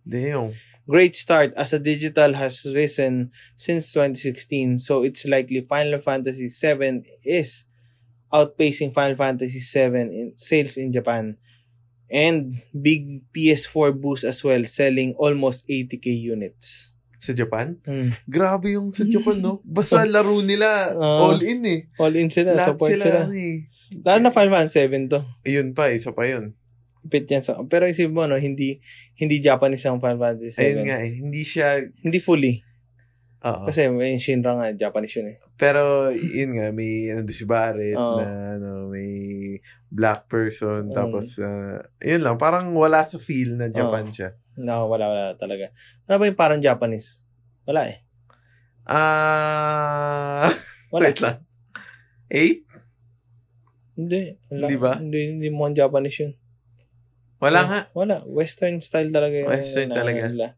[SPEAKER 2] Damn!
[SPEAKER 1] great start as a digital has risen since 2016 so it's likely final fantasy 7 is outpacing final fantasy 7 in sales in japan and big ps4 boost as well selling almost 80k units Hmm.
[SPEAKER 2] Sa Japan? Grabe yung sa Japan, no? Basta laro nila,
[SPEAKER 1] Ah.
[SPEAKER 2] all in eh.
[SPEAKER 1] all in sila
[SPEAKER 2] Lahat
[SPEAKER 1] support
[SPEAKER 2] sila,
[SPEAKER 1] sila,
[SPEAKER 2] ano eh.
[SPEAKER 1] lalo na final fantasy 7 to
[SPEAKER 2] Yun pa, isa pa yun.
[SPEAKER 1] Pit yan sa pero isipin mo no hindi hindi Japanese ang Final Fantasy 7
[SPEAKER 2] Ayun nga eh, hindi siya,
[SPEAKER 1] hindi fully
[SPEAKER 2] oo.
[SPEAKER 1] kasi may Shinra nga Japanese yun eh
[SPEAKER 2] Pero, yun nga, may, ano, doon si Barrett,
[SPEAKER 1] Oo.
[SPEAKER 2] na, ano, may black person,
[SPEAKER 1] Mm.
[SPEAKER 2] tapos, ah, yun lang, parang wala sa feel na Japan
[SPEAKER 1] Oo.
[SPEAKER 2] siya.
[SPEAKER 1] No, wala, wala talaga. Ano ba yung parang Japanese? Wala eh.
[SPEAKER 2] Ah,
[SPEAKER 1] Wala.
[SPEAKER 2] wait lang. Eight?
[SPEAKER 1] Hindi. Wala.
[SPEAKER 2] Hindi ba?
[SPEAKER 1] Hindi, hindi mo ang Japanese yun.
[SPEAKER 2] Wala
[SPEAKER 1] Eh,
[SPEAKER 2] nga.
[SPEAKER 1] Wala. Western style talaga yun.
[SPEAKER 2] Western talaga.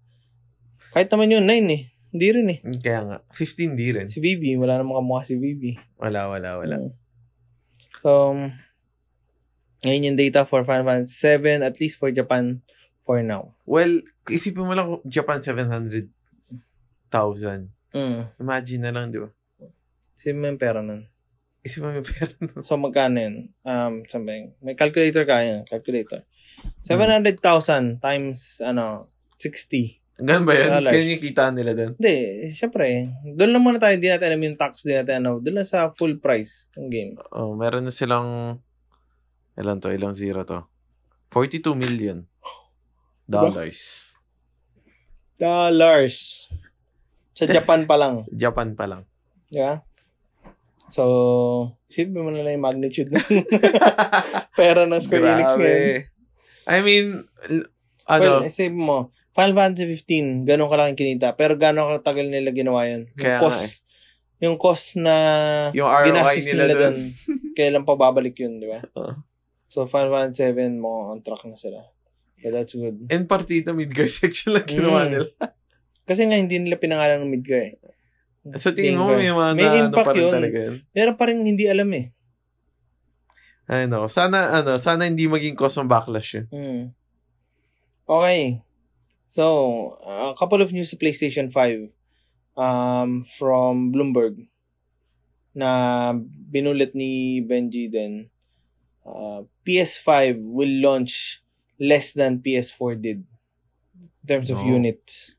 [SPEAKER 1] Kahit naman yun, nine eh. Hindi rin eh.
[SPEAKER 2] Hmm, Kaya nga, 15 di rin.
[SPEAKER 1] Si Vivi, wala namang kamukha si Vivi.
[SPEAKER 2] Wala, wala, wala.
[SPEAKER 1] Mm. So, um, ngayon yung data for Final Fantasy 7, at least for Japan for now.
[SPEAKER 2] Well, isipin mo lang, kung Japan 700,000.
[SPEAKER 1] Mm.
[SPEAKER 2] Imagine na lang, di ba?
[SPEAKER 1] Sino mo yung pera nun?
[SPEAKER 2] Isipin mo yung pera nun.
[SPEAKER 1] So, magkano yun? Um, something. May calculator ka yun. Calculator. 700,000 times, ano, 60.
[SPEAKER 2] Ganun ba yun?
[SPEAKER 1] Dollars.
[SPEAKER 2] Ganun yung kita nila doon.
[SPEAKER 1] Hindi, syempre. Doon lang muna tayo. Hindi natin alam yung tax. Hindi natin ano. Doon lang sa full price ng game.
[SPEAKER 2] Oh, meron na silang, ilan to, ilang zero to? 42 million dollars.
[SPEAKER 1] Dollars. Sa Japan pa lang.
[SPEAKER 2] Japan pa lang.
[SPEAKER 1] Yeah? So, isipin mo na lang yung magnitude ng pera ng Square Enix ngayon.
[SPEAKER 2] I mean, l-
[SPEAKER 1] Well,
[SPEAKER 2] ano,
[SPEAKER 1] isipin mo. Final Fantasy 15, ganun ka lang kinita. Pero ganun katagal nila ginawa yun. Yung
[SPEAKER 2] Kaya nga eh.
[SPEAKER 1] cost. Yung cost na
[SPEAKER 2] yung ROI
[SPEAKER 1] ginastos
[SPEAKER 2] nila,
[SPEAKER 1] nila,
[SPEAKER 2] doon.
[SPEAKER 1] doon. kailan pa babalik yun, di ba?
[SPEAKER 2] Oo.
[SPEAKER 1] So, Final Fantasy 7, mo on track na sila. Yeah, that's good.
[SPEAKER 2] And partida midgar section lang
[SPEAKER 1] Mm.
[SPEAKER 2] ginawa nila.
[SPEAKER 1] Kasi nga hindi nila pinangalan ng Midgar eh.
[SPEAKER 2] Sa tingin mo, may mga
[SPEAKER 1] May
[SPEAKER 2] na, ano
[SPEAKER 1] impact
[SPEAKER 2] pa rin
[SPEAKER 1] yun.
[SPEAKER 2] talaga yun.
[SPEAKER 1] Meron pa rin hindi alam eh.
[SPEAKER 2] Ay, nako. Sana, ano, sana hindi maging cause ng backlash yun.
[SPEAKER 1] Mm. Okay. So, a couple of news sa PlayStation 5 um, from Bloomberg na binulit ni Benji din. Uh, PS5 will launch less than PS4 did in terms of
[SPEAKER 2] Oh.
[SPEAKER 1] units.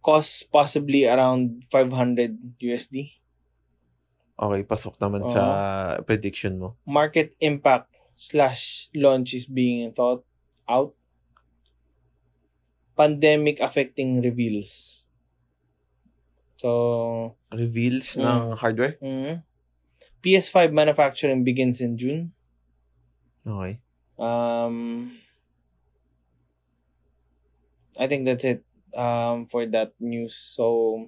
[SPEAKER 1] Cost possibly around 500 USD.
[SPEAKER 2] Okay, pasok naman sa prediction mo.
[SPEAKER 1] market impact slash launch is being thought out. Pandemic affecting reveals. So,
[SPEAKER 2] Reveals
[SPEAKER 1] Mm.
[SPEAKER 2] ng hardware?
[SPEAKER 1] mm, PS5 manufacturing begins in June.
[SPEAKER 2] Okay.
[SPEAKER 1] Um, I think that's it um, for that news. So,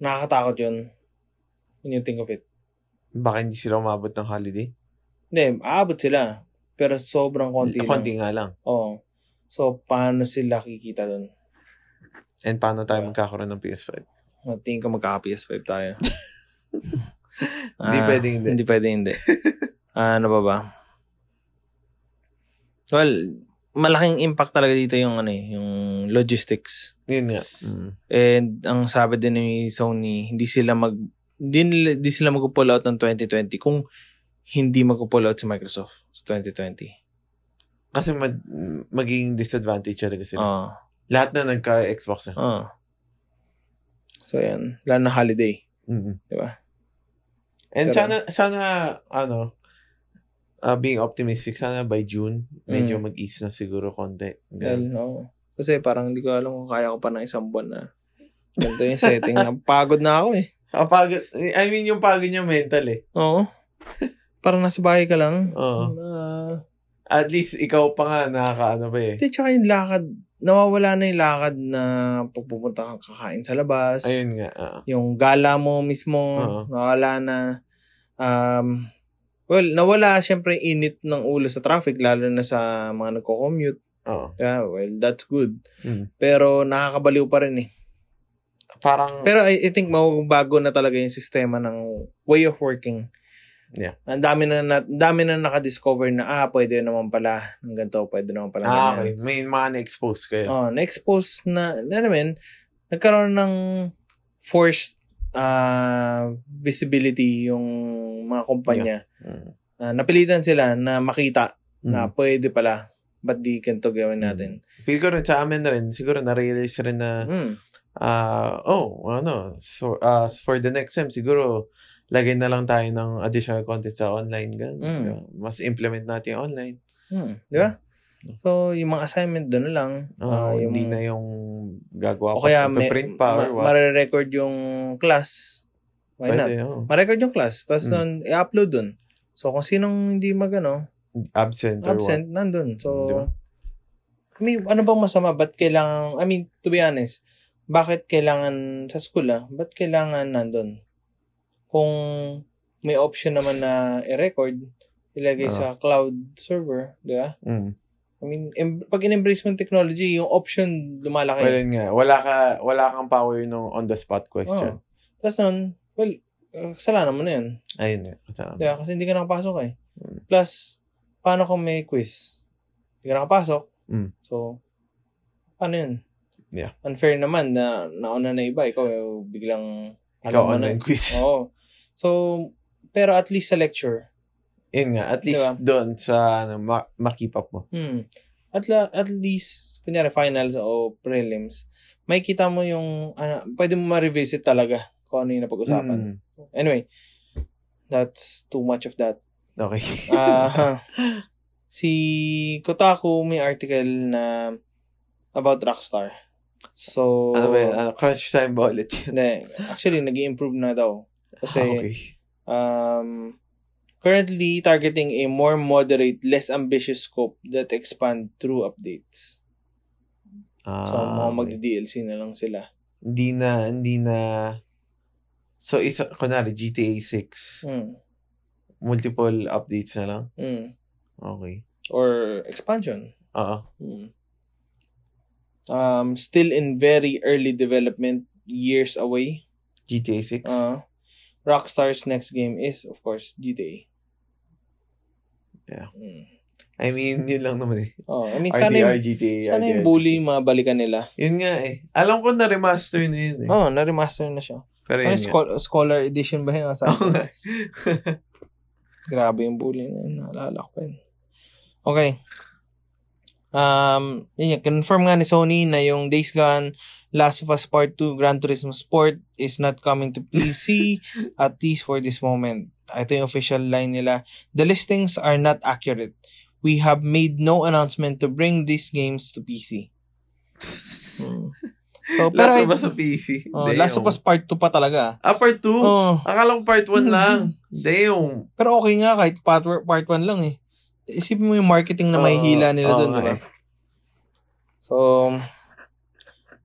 [SPEAKER 1] nakakatakot yun when you think of it.
[SPEAKER 2] Baka hindi sila umabot ng holiday?
[SPEAKER 1] Hindi, aabot sila. Pero sobrang konti lang.
[SPEAKER 2] Konti nga lang.
[SPEAKER 1] Oo. So, paano sila kikita doon?
[SPEAKER 2] And paano tayo
[SPEAKER 1] Diba? Ah,
[SPEAKER 2] magkakaroon ng PS5?
[SPEAKER 1] Tingin ko magkaka-PS5 tayo.
[SPEAKER 2] Hindi
[SPEAKER 1] Ah,
[SPEAKER 2] pwedeng hindi.
[SPEAKER 1] Hindi pwedeng hindi. Ah, ano ba ba? Well, malaking impact talaga dito yung ano eh, yung logistics.
[SPEAKER 2] Yun nga. Mm.
[SPEAKER 1] And ang sabi din ni Sony, hindi sila mag hindi, nila- hindi sila mag-pull out ng 2020 kung hindi mag-pull out si Microsoft sa 2020.
[SPEAKER 2] Kasi mag- magiging disadvantage talaga sila.
[SPEAKER 1] Oo.
[SPEAKER 2] Lahat na nagka-Xbox na.
[SPEAKER 1] Oo. ah. So, yan. Lalo na holiday.
[SPEAKER 2] Mm-mm.
[SPEAKER 1] Diba?
[SPEAKER 2] And
[SPEAKER 1] Pero-
[SPEAKER 2] sana, sana, ano, ah, being optimistic, sana by June,
[SPEAKER 1] Mm.
[SPEAKER 2] medyo mag-ease na siguro konti.
[SPEAKER 1] Dahil,
[SPEAKER 2] Ganun.
[SPEAKER 1] oo. Kasi parang hindi ko alam kung kaya ko pa ng isang buwan na ganito yung setting na pagod na ako eh.
[SPEAKER 2] Ang pagod, I mean, yung pagod niya mental eh.
[SPEAKER 1] Oo. Parang nasa bahay ka lang.
[SPEAKER 2] Oo.
[SPEAKER 1] Ah,
[SPEAKER 2] At least, ikaw pa nga nakakaano ba eh.
[SPEAKER 1] Hindi, tsaka yung lakad, nawawala na yung lakad na pagpupunta kang kakain sa labas.
[SPEAKER 2] Ayun nga. ah.
[SPEAKER 1] Yung gala mo mismo,
[SPEAKER 2] Oo.
[SPEAKER 1] nawala na. Um, well, nawala syempre yung init ng ulo sa traffic, lalo na sa mga nagko-commute.
[SPEAKER 2] Oo.
[SPEAKER 1] Yeah, well, that's good.
[SPEAKER 2] Mm.
[SPEAKER 1] Pero nakakabaliw pa rin eh.
[SPEAKER 2] Parang,
[SPEAKER 1] Oh. Pero I, I think mabago na talaga yung sistema ng way of working.
[SPEAKER 2] Yeah.
[SPEAKER 1] Ang dami na, na ang dami na nakadiscover na ah pwede naman pala ng ganito, pwede naman pala ng
[SPEAKER 2] ah,
[SPEAKER 1] ganyan.
[SPEAKER 2] okay. May mga na-expose kayo.
[SPEAKER 1] Oh, na-expose na na namin nagkaroon ng forced ah, visibility yung mga kumpanya.
[SPEAKER 2] Mm.
[SPEAKER 1] Ah, napilitan sila na makita na
[SPEAKER 2] Mm.
[SPEAKER 1] pwede pala ba't di ganito gawin natin.
[SPEAKER 2] Feel ko rin sa amin na rin, siguro na-realize rin na
[SPEAKER 1] Mm.
[SPEAKER 2] Ah, oh, ano, so, ah, for the next time, siguro, lagay na lang tayo ng additional content sa online. Ganun.
[SPEAKER 1] Mm.
[SPEAKER 2] Diba? Mas implement natin yung online.
[SPEAKER 1] Mm. Di ba? So, yung mga assignment doon na lang. ah,
[SPEAKER 2] Ah,
[SPEAKER 1] yung-
[SPEAKER 2] Hindi na yung gagawa
[SPEAKER 1] O kaya may,
[SPEAKER 2] print pa or
[SPEAKER 1] ma-
[SPEAKER 2] what.
[SPEAKER 1] record yung class. Why
[SPEAKER 2] Pwede, oh.
[SPEAKER 1] not?
[SPEAKER 2] oo.
[SPEAKER 1] Marecord yung class. Tapos
[SPEAKER 2] Mm.
[SPEAKER 1] nun, i-upload dun. So, kung sinong hindi magano
[SPEAKER 2] Absent or
[SPEAKER 1] absent, nandun. So,
[SPEAKER 2] Di ba?
[SPEAKER 1] I mean, ano bang masama? Ba't kailangan, I mean, to be honest, bakit kailangan sa school ah? Ba't kailangan nandun? Kung may option naman na i-record, ilagay
[SPEAKER 2] Ah.
[SPEAKER 1] sa cloud server, di ba?
[SPEAKER 2] what. Mm.
[SPEAKER 1] I mean, em- pag in-embrace mo yung technology, yung option lumalaki.
[SPEAKER 2] Well, yun nga. Wala, ka, wala kang power nung on-the-spot
[SPEAKER 1] Oo.
[SPEAKER 2] question.
[SPEAKER 1] Tapos nun, well, uh, kasalanan mo na yun.
[SPEAKER 2] Ayun nga. Tama.
[SPEAKER 1] Diba? Kasi hindi ka nakapasok eh.
[SPEAKER 2] Mm.
[SPEAKER 1] Plus, paano kung may quiz? Hindi ka nakapasok.
[SPEAKER 2] Mm.
[SPEAKER 1] So, paano yun?
[SPEAKER 2] Yeah.
[SPEAKER 1] Unfair naman na nauna na iba. Ikaw eh, biglang
[SPEAKER 2] Ikaw
[SPEAKER 1] mo
[SPEAKER 2] online
[SPEAKER 1] na. Oh.
[SPEAKER 2] quiz.
[SPEAKER 1] Oo. So, pero at least sa lecture.
[SPEAKER 2] Yun nga. At least doon sa ano, ma- makip up mo.
[SPEAKER 1] Hmm. At, la, at least, kunyari finals o prelims, may kita mo yung, ano, pwede mo ma-revisit talaga kung ano yung napag-usapan.
[SPEAKER 2] Mm.
[SPEAKER 1] Anyway, that's too much of that.
[SPEAKER 2] Okay.
[SPEAKER 1] Ah, si Kotaku may article na about Rockstar. So,
[SPEAKER 2] ano ba yun? Ano, crunch time ba ulit yun?
[SPEAKER 1] hindi. actually, nag improve na daw. Kasi,
[SPEAKER 2] Ah, okay.
[SPEAKER 1] um, currently targeting a more moderate, less ambitious scope that expand through updates.
[SPEAKER 2] Ah,
[SPEAKER 1] So, mga
[SPEAKER 2] okay.
[SPEAKER 1] magdi-DLC na lang sila.
[SPEAKER 2] Hindi na, hindi na... So, isa, kunwari, GTA 6.
[SPEAKER 1] Mm,
[SPEAKER 2] Multiple updates na lang?
[SPEAKER 1] mm.
[SPEAKER 2] Okay.
[SPEAKER 1] Or expansion.
[SPEAKER 2] Oo.
[SPEAKER 1] Mm. Um, still in very early development, years away.
[SPEAKER 2] GTA 6?
[SPEAKER 1] Uh, Rockstar's next game is, of course, GTA.
[SPEAKER 2] Yeah.
[SPEAKER 1] Mm.
[SPEAKER 2] I mean, yun lang naman eh.
[SPEAKER 1] Oh, I mean, sana
[SPEAKER 2] RDR,
[SPEAKER 1] yung,
[SPEAKER 2] GTA,
[SPEAKER 1] sana yung
[SPEAKER 2] RDR.
[SPEAKER 1] bully mabalikan nila.
[SPEAKER 2] Yun nga eh. Alam ko na remaster na yun eh.
[SPEAKER 1] Oh, na-remaster na siya.
[SPEAKER 2] Pero
[SPEAKER 1] Ano,
[SPEAKER 2] yun nga.
[SPEAKER 1] schol- scholar edition ba yun? Sa
[SPEAKER 2] Oo nga.
[SPEAKER 1] Grabe yung bully na yun. Naalala ko pa yun. Okay. Um, yun yun. Confirm nga ni Sony na yung Days Gone, Last of Us Part 2, Gran Turismo Sport is not coming to PC at least for this moment. Ito yung official line nila. The listings are not accurate. We have made no announcement to bring these games to PC. Hmm. So, pero
[SPEAKER 2] Last
[SPEAKER 1] I,
[SPEAKER 2] of Us sa PC.
[SPEAKER 1] oh,
[SPEAKER 2] Damn.
[SPEAKER 1] Last of Us Part 2 pa talaga.
[SPEAKER 2] Ah, part 2?
[SPEAKER 1] Oh.
[SPEAKER 2] Akala ko part 1 lang. Damn.
[SPEAKER 1] Pero okay nga kahit part, part 1 lang eh. Isipin mo yung marketing na may
[SPEAKER 2] Oo,
[SPEAKER 1] hila nila
[SPEAKER 2] oo
[SPEAKER 1] doon,
[SPEAKER 2] nga eh.
[SPEAKER 1] di ba? So,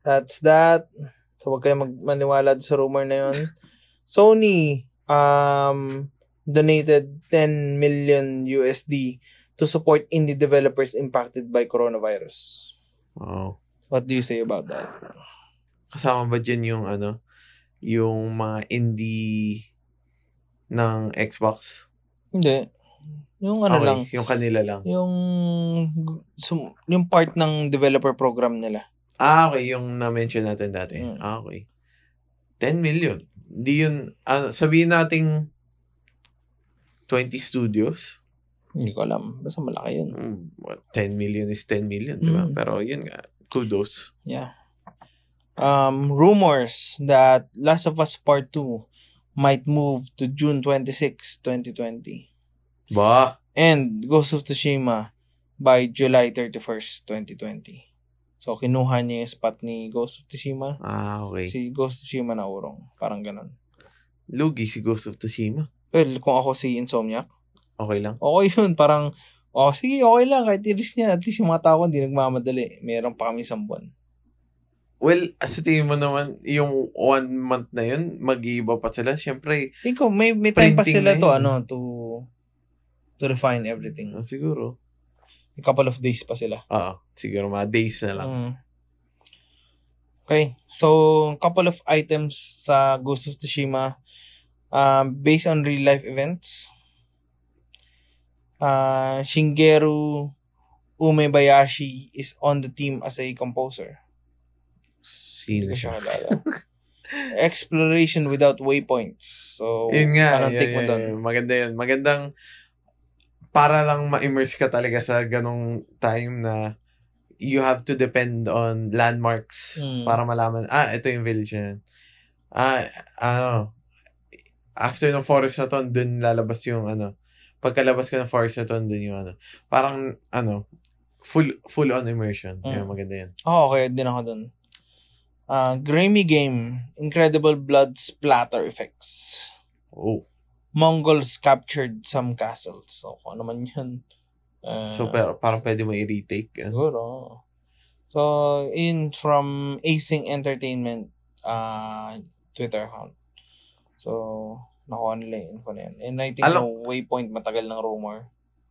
[SPEAKER 1] that's that. So, huwag kayong magmaniwala doon sa rumor na yun. Sony um, donated 10 million USD to support indie developers impacted by coronavirus.
[SPEAKER 2] Wow.
[SPEAKER 1] What do you say about that?
[SPEAKER 2] Kasama ba dyan yung ano? Yung mga indie ng Xbox?
[SPEAKER 1] Hindi. Yung ano
[SPEAKER 2] Okay,
[SPEAKER 1] lang,
[SPEAKER 2] Yung kanila lang.
[SPEAKER 1] yung sum, yung part ng developer program nila.
[SPEAKER 2] Ah, okay. Yung na-mention natin dati.
[SPEAKER 1] Mm.
[SPEAKER 2] Ah, okay. 10 million. Di yun, ah, sabihin nating 20 studios.
[SPEAKER 1] Hindi ko alam. Basta malaki yun.
[SPEAKER 2] Mm, what, 10 million is 10 million, di ba?
[SPEAKER 1] Mm.
[SPEAKER 2] Pero yun nga, kudos.
[SPEAKER 1] Yeah. Um, rumors that Last of Us Part 2 might move to June 26, 2020.
[SPEAKER 2] Ba?
[SPEAKER 1] And Ghost of Tsushima by July 31st, 2020. So, kinuha niya yung spot ni Ghost of Tsushima.
[SPEAKER 2] Ah, okay.
[SPEAKER 1] Si Ghost of Tsushima na urong. Parang ganun.
[SPEAKER 2] Lugi si Ghost of Tsushima.
[SPEAKER 1] Well, kung ako si Insomniac,
[SPEAKER 2] Okay lang.
[SPEAKER 1] okay yun. Parang, oh, sige, okay lang. Kahit i-risk niya. At least yung mga tao ko, hindi nagmamadali. Meron pa kami isang buwan.
[SPEAKER 2] Well, sa tingin mo naman, yung one month na yun, mag-iiba pa sila. Siyempre,
[SPEAKER 1] Think ko, may, may time pa
[SPEAKER 2] Printing
[SPEAKER 1] sila
[SPEAKER 2] na
[SPEAKER 1] to,
[SPEAKER 2] yun.
[SPEAKER 1] ano, to to refine everything.
[SPEAKER 2] ah, siguro.
[SPEAKER 1] A couple of days pa sila.
[SPEAKER 2] Oo, siguro mga days na lang.
[SPEAKER 1] Mm. Okay, so couple of items sa Ghost of Tsushima um, based on real life events. Uh, Shigeru Umebayashi is on the team as a composer. Mm. Hindi ko
[SPEAKER 2] Sino siya?
[SPEAKER 1] siya kalala. Exploration without waypoints. So,
[SPEAKER 2] Yun nga.
[SPEAKER 1] anong
[SPEAKER 2] yun,
[SPEAKER 1] take mo
[SPEAKER 2] yun,
[SPEAKER 1] doon?
[SPEAKER 2] yun. Maganda yun. Magandang para lang ma-immerse ka talaga sa ganong time na you have to depend on landmarks
[SPEAKER 1] Mm.
[SPEAKER 2] para malaman, ah, ito yung village na yun. Ah, ano, after ng forest na to, dun lalabas yung ano. Pagkalabas ko ng forest na to, dun yung ano. Parang, ano, full full on immersion.
[SPEAKER 1] Mm.
[SPEAKER 2] Yun, maganda yun.
[SPEAKER 1] Oh, okay din ako dun. Ah, Grammy Game, Incredible Blood Splatter Effects.
[SPEAKER 2] Oh,
[SPEAKER 1] Mongols captured some castles. So, kung ano man yun. Ah,
[SPEAKER 2] so, pero, parang pwede mo i-retake. ano.
[SPEAKER 1] Siguro. So, in from Async Entertainment ah Twitter account. So, nakuha nila yung info na yun. And I think
[SPEAKER 2] Alam-
[SPEAKER 1] yung waypoint matagal ng rumor.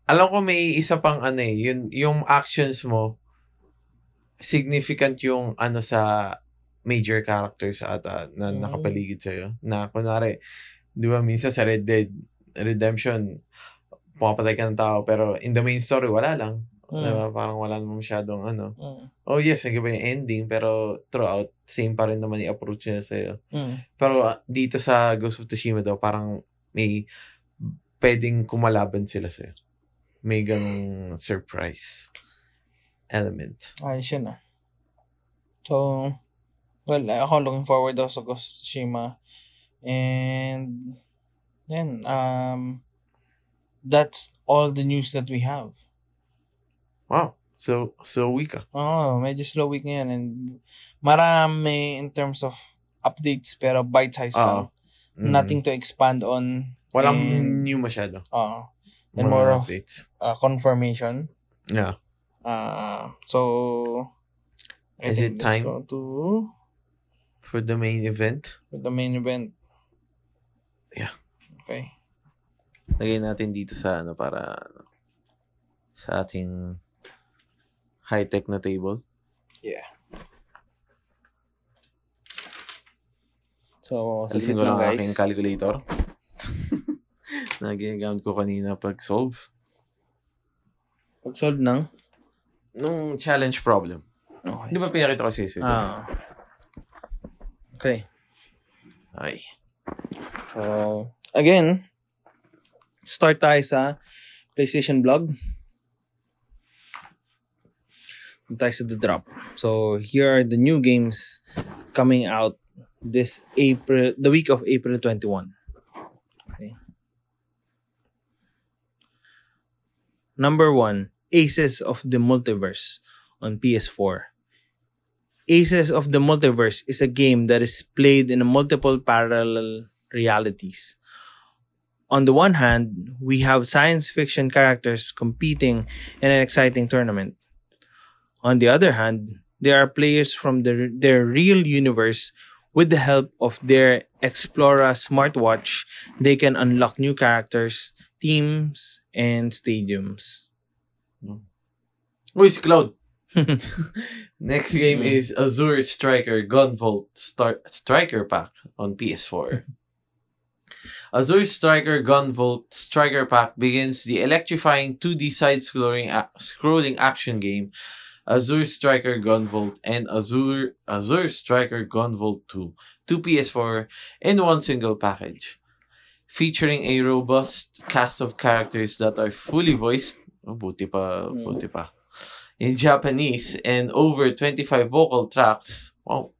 [SPEAKER 2] alam ko may isa pang ano eh, yun, yung actions mo, significant yung ano sa major characters ata na
[SPEAKER 1] Mm.
[SPEAKER 2] nakapaligid sa'yo. Na kunwari, di ba minsan sa Red Dead Redemption, pumapatay ka ng tao pero in the main story, wala lang. Di
[SPEAKER 1] Mm.
[SPEAKER 2] ba? Parang wala naman masyadong ano.
[SPEAKER 1] Mm.
[SPEAKER 2] Oh yes, nagiba yung ending pero throughout, same pa rin naman yung approach niya sa'yo.
[SPEAKER 1] Mm.
[SPEAKER 2] Pero ah, dito sa Ghost of Tsushima daw, parang may pwedeng kumalaban sila sa'yo. May ganong surprise element.
[SPEAKER 1] Ayos yun ah. So, well, ako looking forward daw sa Ghost of Tsushima. And, yan, um, that's all the news that we have.
[SPEAKER 2] Wow. So, so weak ah.
[SPEAKER 1] Oh, medyo slow week ngayon and marami in terms of updates pero bite-sized lang.
[SPEAKER 2] Oo. Mm.
[SPEAKER 1] Nothing to expand on.
[SPEAKER 2] Walang
[SPEAKER 1] and-
[SPEAKER 2] new masyado.
[SPEAKER 1] Oo. and more of-
[SPEAKER 2] updates.
[SPEAKER 1] uh, confirmation.
[SPEAKER 2] Yeah.
[SPEAKER 1] Uh, so, I
[SPEAKER 2] Is
[SPEAKER 1] think
[SPEAKER 2] it
[SPEAKER 1] let's
[SPEAKER 2] time?
[SPEAKER 1] go to
[SPEAKER 2] For the main event,
[SPEAKER 1] the main event.
[SPEAKER 2] Yeah.
[SPEAKER 1] Okay.
[SPEAKER 2] lagay natin dito sa ano para ano, sa ating high-tech na table.
[SPEAKER 1] So, saglit
[SPEAKER 2] Alisin ko
[SPEAKER 1] lang
[SPEAKER 2] lang ang
[SPEAKER 1] guys.
[SPEAKER 2] aking calculator. na ginagamit ko kanina pag solve.
[SPEAKER 1] Pag-solve ng?
[SPEAKER 2] Nung challenge problem.
[SPEAKER 1] Okay.
[SPEAKER 2] Di ba pinakita ko sa isa?
[SPEAKER 1] Ah. Okay.
[SPEAKER 2] Ay.
[SPEAKER 1] So, Uh, again, start tayo sa PlayStation blog. Doon tayo sa The Drop. So, here are the new games coming out this April, the week of April 21. Okay. Number one, Aces of the Multiverse on PS4. Aces of the Multiverse is a game that is played in multiple parallel realities. On the one hand, we have science fiction characters competing in an exciting tournament. On the other hand, there are players from the, their real universe with the help of their Explora smartwatch, they can unlock new characters, teams, and stadiums.
[SPEAKER 2] Uy, si Cloud. Next game
[SPEAKER 1] Mm.
[SPEAKER 2] is Azure Striker Gunvolt Star- Striker Pack on PS4. Azure Striker Gunvolt Striker Pack begins the electrifying 2D side scrolling scrolling action game Azure Striker Gunvolt and Azure Azure Striker Gunvolt 2 to PS4 in one single package. Featuring a robust cast of characters that are fully voiced, oh, buti pa,
[SPEAKER 1] Mm.
[SPEAKER 2] buti pa, in Japanese and over 25 vocal tracks. Wow.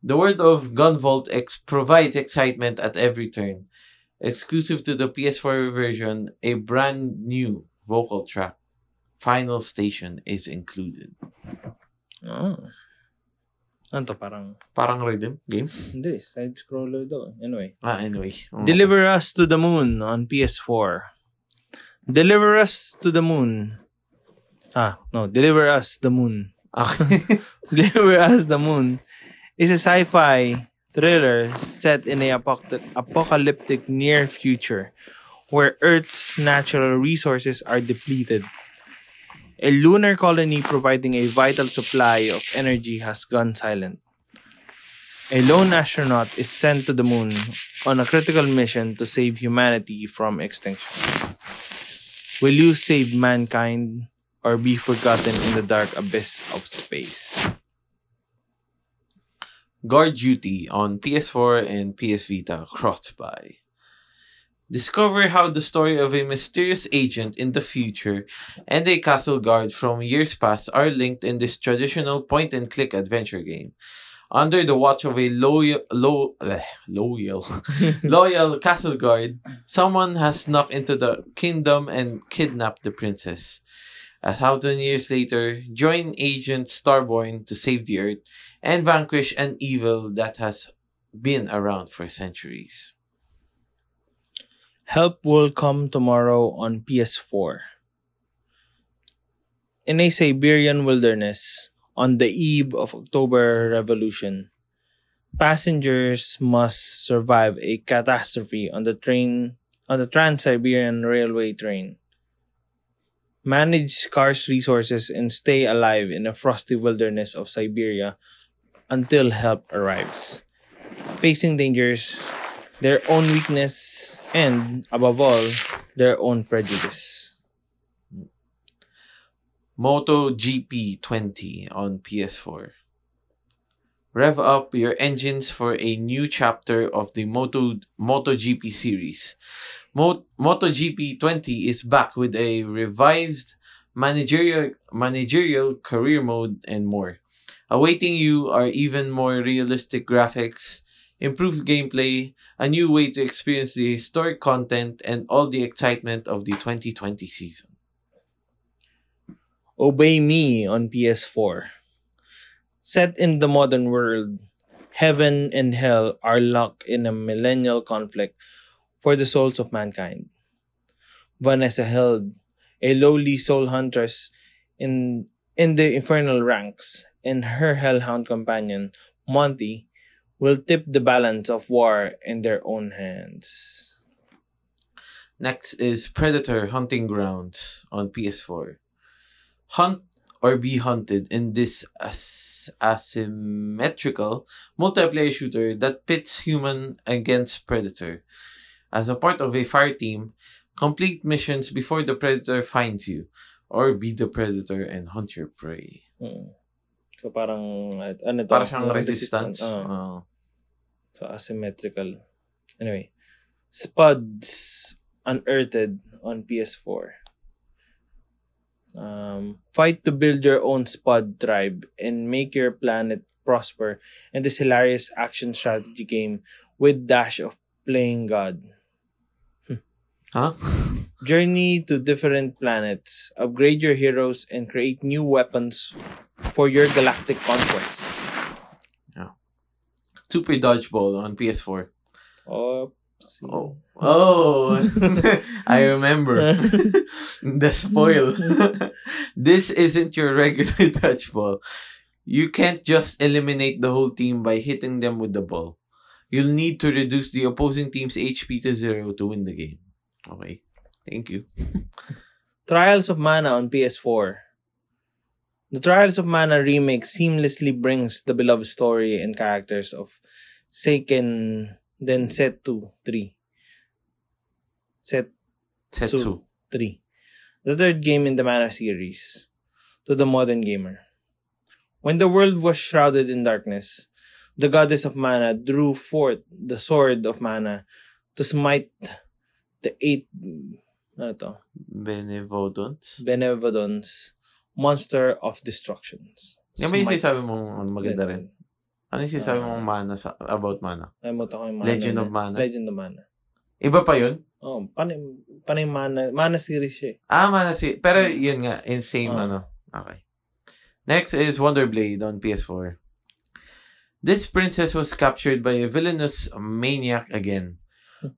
[SPEAKER 2] The world of Gunvolt ex- provides excitement at every turn. Exclusive to the PS4 version, a brand new vocal track, Final Station, is included.
[SPEAKER 1] Oh. Ano to, parang,
[SPEAKER 2] Parang rhythm game.
[SPEAKER 1] hindi, side-scroller daw. eh. Anyway.
[SPEAKER 2] Ah, anyway. Mm.
[SPEAKER 1] Deliver Us to the Moon on PS4. Deliver Us to the Moon. Ah, no. Deliver Us the Moon.
[SPEAKER 2] Okay.
[SPEAKER 1] Deliver Us the Moon is a sci fi thriller set in a apoct- apocalyptic near future where Earth's natural resources are depleted. A lunar colony providing a vital supply of energy has gone silent. A lone astronaut is sent to the moon on a critical mission to save humanity from extinction. Will you save mankind or be forgotten in the dark abyss of space?
[SPEAKER 2] Guard Duty on PS4 and PS Vita crossed by. Discover how the story of a mysterious agent in the future and a castle guard from years past are linked in this traditional point and click adventure game. Under the watch of a loyal, lo, eh, loyal, loyal castle guard, someone has snuck into the kingdom and kidnapped the princess. A thousand years later, join Agent Starborn to save the Earth and vanquish an evil that has been around for centuries.
[SPEAKER 1] Help will come tomorrow on PS4. In a Siberian wilderness, on the eve of October Revolution, passengers must survive a catastrophe on the train on the Trans-Siberian Railway train. Manage scarce resources and stay alive in the frosty wilderness of Siberia until help arrives. Facing dangers, their own weakness, and above all, their own prejudice.
[SPEAKER 2] Moto GP 20 on PS4. Rev up your engines for a new chapter of the Moto MotoGP series. Mo- MotoGP 20 is back with a revived managerial managerial career mode and more. Awaiting you are even more realistic graphics, improved gameplay, a new way to experience the historic content and all the excitement of the 2020 season.
[SPEAKER 1] Obey Me on PS4. Set in the modern world, heaven and hell are locked in a millennial conflict for the souls of mankind. Vanessa Held, a lowly soul huntress in, in the infernal ranks, and her hellhound companion, Monty, will tip the balance of war in their own hands.
[SPEAKER 2] Next is Predator Hunting Grounds on PS4. Hunt or be hunted in this as- asymmetrical multiplayer shooter that pits human against predator. As a part of a fireteam, complete missions before the predator finds you, or be the predator and hunt your prey.
[SPEAKER 1] Mm. So parang uh, ano to?
[SPEAKER 2] Para siyang
[SPEAKER 1] Parang Ah.
[SPEAKER 2] resistance. Ah. Oh.
[SPEAKER 1] resistant. Oo.
[SPEAKER 2] Oo.
[SPEAKER 1] so asymmetrical. Anyway, Spuds unearthed on PS4. Um, fight to build your own Spud tribe and make your planet prosper in this hilarious action strategy game with dash of playing God.
[SPEAKER 2] huh?
[SPEAKER 1] Journey to different planets, upgrade your heroes, and create new weapons for your galactic conquest.
[SPEAKER 2] Super Dodgeball on PS4.
[SPEAKER 1] Oops.
[SPEAKER 2] Oh. Oh, I remember. the spoil. this isn't your regular touch ball. You can't just eliminate the whole team by hitting them with the ball. You'll need to reduce the opposing team's HP to zero to win the game. Okay. Thank you.
[SPEAKER 1] Trials of Mana on PS4. The Trials of Mana remake seamlessly brings the beloved story and characters of Seiken Densetsu 3 Set
[SPEAKER 2] Tetsu.
[SPEAKER 1] 3. The third game in the Mana series. To the modern gamer. When the world was shrouded in darkness, the goddess of mana drew forth the sword of mana to smite the eight ano to?
[SPEAKER 2] Benevolence.
[SPEAKER 1] Benevolence, monster of destructions.
[SPEAKER 2] Yan ba yung
[SPEAKER 1] Smite.
[SPEAKER 2] sinasabi mong ano, maganda rin? Ano yung sinasabi
[SPEAKER 1] Ah.
[SPEAKER 2] mong mana sa, about mana?
[SPEAKER 1] Nalimutan ko yung mana.
[SPEAKER 2] Legend
[SPEAKER 1] na-
[SPEAKER 2] of Mana.
[SPEAKER 1] Legend of Mana.
[SPEAKER 2] Iba pa yun?
[SPEAKER 1] Oh, paano, yung- paano yung mana? Mana series siya eh.
[SPEAKER 2] Ah, mana si... Pero yun nga, insane
[SPEAKER 1] Ah.
[SPEAKER 2] ano. Okay. Next is Wonderblade on PS4. This princess was captured by a villainous maniac again.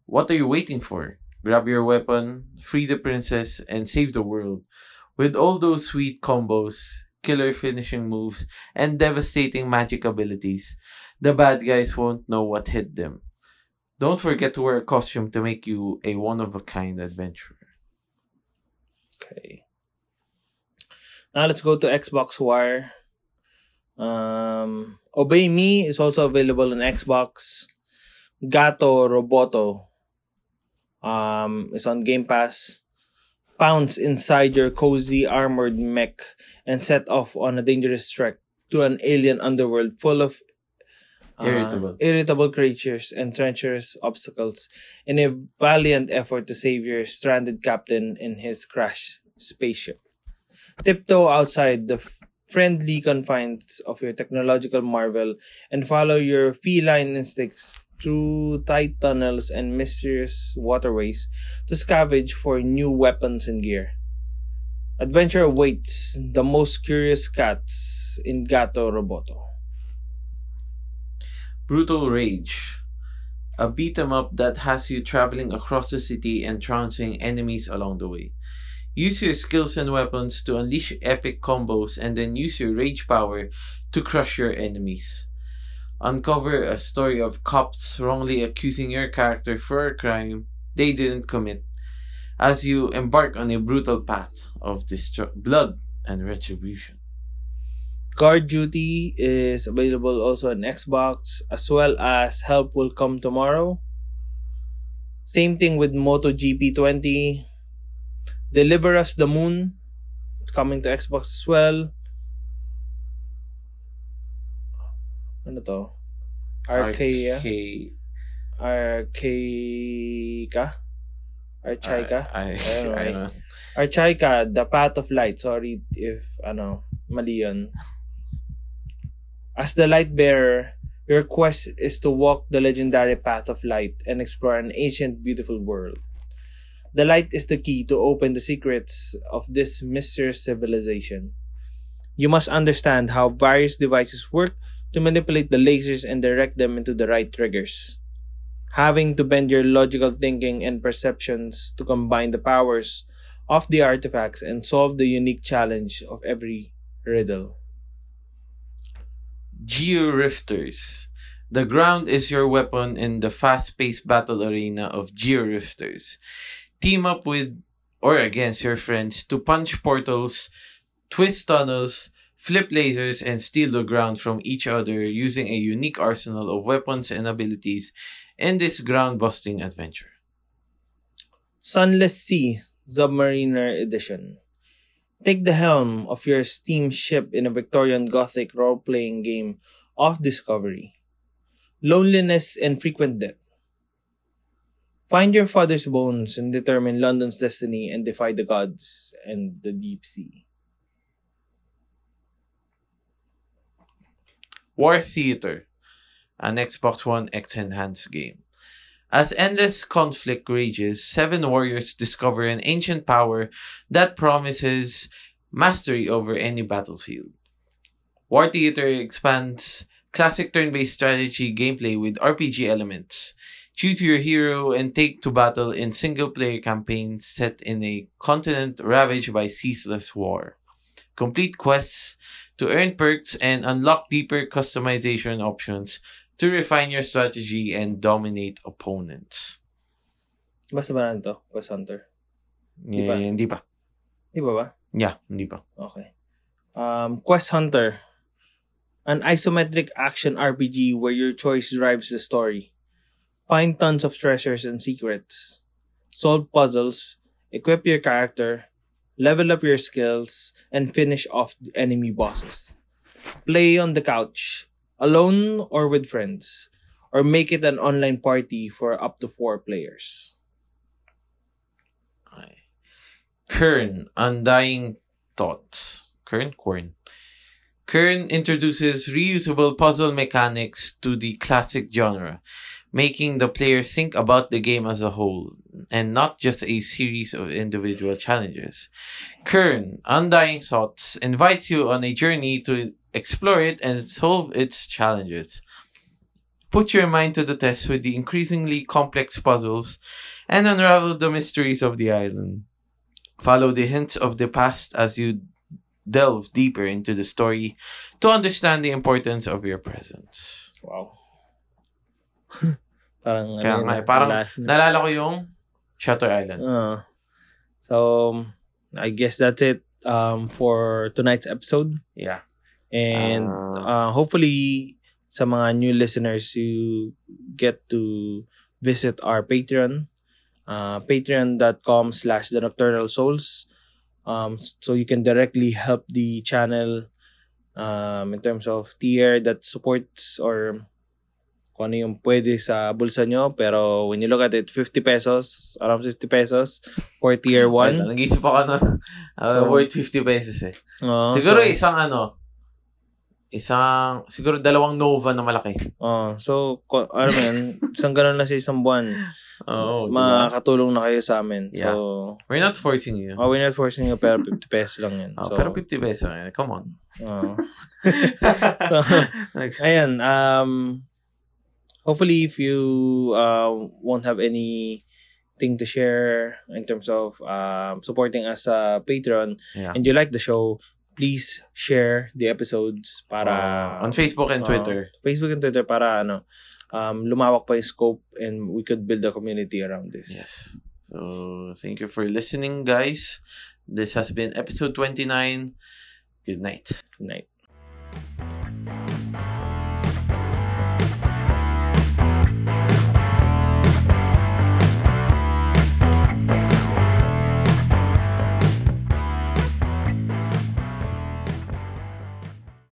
[SPEAKER 2] What are you waiting for? Grab your weapon, free the princess, and save the world. With all those sweet combos, killer finishing moves, and devastating magic abilities, the bad guys won't know what hit them. Don't forget to wear a costume to make you a one of a kind adventurer.
[SPEAKER 1] Okay. Now let's go to Xbox Wire. Um, Obey Me is also available on Xbox. Gato Roboto um, is on Game Pass. Pounce inside your cozy armored mech and set off on a dangerous trek to an alien underworld full of uh,
[SPEAKER 2] Irritable.
[SPEAKER 1] irritable creatures and treacherous obstacles in a valiant effort to save your stranded captain in his crash spaceship. Tiptoe outside the f- friendly confines of your technological marvel and follow your feline instincts through tight tunnels and mysterious waterways to scavenge for new weapons and gear. Adventure awaits the most curious cats in Gato Roboto.
[SPEAKER 2] Brutal Rage. A beat 'em up that has you traveling across the city and trouncing enemies along the way. Use your skills and weapons to unleash epic combos and then use your rage power to crush your enemies. Uncover a story of cops wrongly accusing your character for a crime they didn't commit as you embark on a brutal path of destru- blood and retribution.
[SPEAKER 1] Guard Duty is available also on Xbox, as well as Help Will Come Tomorrow. Same thing with MotoGP 20. Deliver Us the Moon, it's coming to Xbox as well. Ano to? Archaea?
[SPEAKER 2] Archaea.
[SPEAKER 1] Archaea? Archaea?
[SPEAKER 2] I,
[SPEAKER 1] Ayun,
[SPEAKER 2] I, I
[SPEAKER 1] okay.
[SPEAKER 2] don't know.
[SPEAKER 1] Archaika, The Path of Light. Sorry if, ano, mali yun. As the light bearer, your quest is to walk the legendary path of light and explore an ancient, beautiful world. The light is the key to open the secrets of this mysterious civilization. You must understand how various devices work to manipulate the lasers and direct them into the right triggers. Having to bend your logical thinking and perceptions to combine the powers of the artifacts and solve the unique challenge of every riddle.
[SPEAKER 2] Georifters. The ground is your weapon in the fast paced battle arena of Georifters. Team up with or against your friends to punch portals, twist tunnels, flip lasers, and steal the ground from each other using a unique arsenal of weapons and abilities in this ground busting adventure.
[SPEAKER 1] Sunless Sea Submariner Edition. Take the helm of your steamship in a Victorian Gothic role playing game of discovery. Loneliness and frequent death. Find your father's bones and determine London's destiny and defy the gods and the deep sea.
[SPEAKER 2] War Theater, an Xbox One X enhanced game. As endless conflict rages, seven warriors discover an ancient power that promises mastery over any battlefield. War Theater expands classic turn based strategy gameplay with RPG elements. Choose your hero and take to battle in single player campaigns set in a continent ravaged by ceaseless war. Complete quests to earn perks and unlock deeper customization options to refine your strategy and dominate opponents.
[SPEAKER 1] Basta ba na to? Quest Hunter. Di
[SPEAKER 2] Yeah,
[SPEAKER 1] ba?
[SPEAKER 2] hindi pa.
[SPEAKER 1] Di ba ba?
[SPEAKER 2] Yeah, hindi pa.
[SPEAKER 1] Okay. Um, Quest Hunter. An isometric action RPG where your choice drives the story. Find tons of treasures and secrets. solve puzzles, equip your character, level up your skills, and finish off the enemy bosses. Play on the couch, alone or with friends, or make it an online party for up to four players.
[SPEAKER 2] Ay. Kern, Undying Thoughts. Kern? Kern. Kern introduces reusable puzzle mechanics to the classic genre, making the player think about the game as a whole and not just a series of individual challenges. Kern, Undying Thoughts, invites you on a journey to explore it and solve its challenges. Put your mind to the test with the increasingly complex puzzles and unravel the mysteries of the island. Follow the hints of the past as you delve deeper into the story to understand the importance of your presence.
[SPEAKER 1] Wow. parang ano
[SPEAKER 2] Kaya
[SPEAKER 1] yun,
[SPEAKER 2] nga, parang
[SPEAKER 1] wala na.
[SPEAKER 2] Nalala ko yung Shutter Island.
[SPEAKER 1] Uh, so I guess that's it um, for tonight's episode.
[SPEAKER 2] Yeah.
[SPEAKER 1] And
[SPEAKER 2] Ah.
[SPEAKER 1] uh, hopefully sa mga new listeners you get to visit our Patreon. Uh, patreon.com slash the nocturnal souls um, so you can directly help the channel um, in terms of tier that supports or kung ano yung pwede sa bulsa nyo pero when you look at it 50 pesos around 50 pesos for tier 1
[SPEAKER 2] Nag-isip ako na uh,
[SPEAKER 1] So-
[SPEAKER 2] worth 50 pesos eh.
[SPEAKER 1] uh,
[SPEAKER 2] siguro
[SPEAKER 1] so-
[SPEAKER 2] isang ano, isang, siguro dalawang Nova na malaki.
[SPEAKER 1] Oh, so, ko- ano man, isang ganun na sa isang buwan, Oh,
[SPEAKER 2] Oo, diba?
[SPEAKER 1] makakatulong na kayo sa amin. So,
[SPEAKER 2] We're not forcing you.
[SPEAKER 1] oh, we're not forcing you, pero 50 pesos lang yun.
[SPEAKER 2] Oh,
[SPEAKER 1] so,
[SPEAKER 2] pero 50 pesos eh. Come on.
[SPEAKER 1] oh. Ayan, um, hopefully if you uh, won't have anything to share in terms of um, supporting us sa Patreon
[SPEAKER 2] yeah.
[SPEAKER 1] and you like the show, please share the episodes para
[SPEAKER 2] Uh, on Facebook
[SPEAKER 1] Oo.
[SPEAKER 2] and Twitter.
[SPEAKER 1] Facebook and Twitter para ano, um, lumawak pa yung scope and we could build a community around this.
[SPEAKER 2] Yes. So, thank you for listening, guys. This has been episode 29. Good night.
[SPEAKER 1] Good night.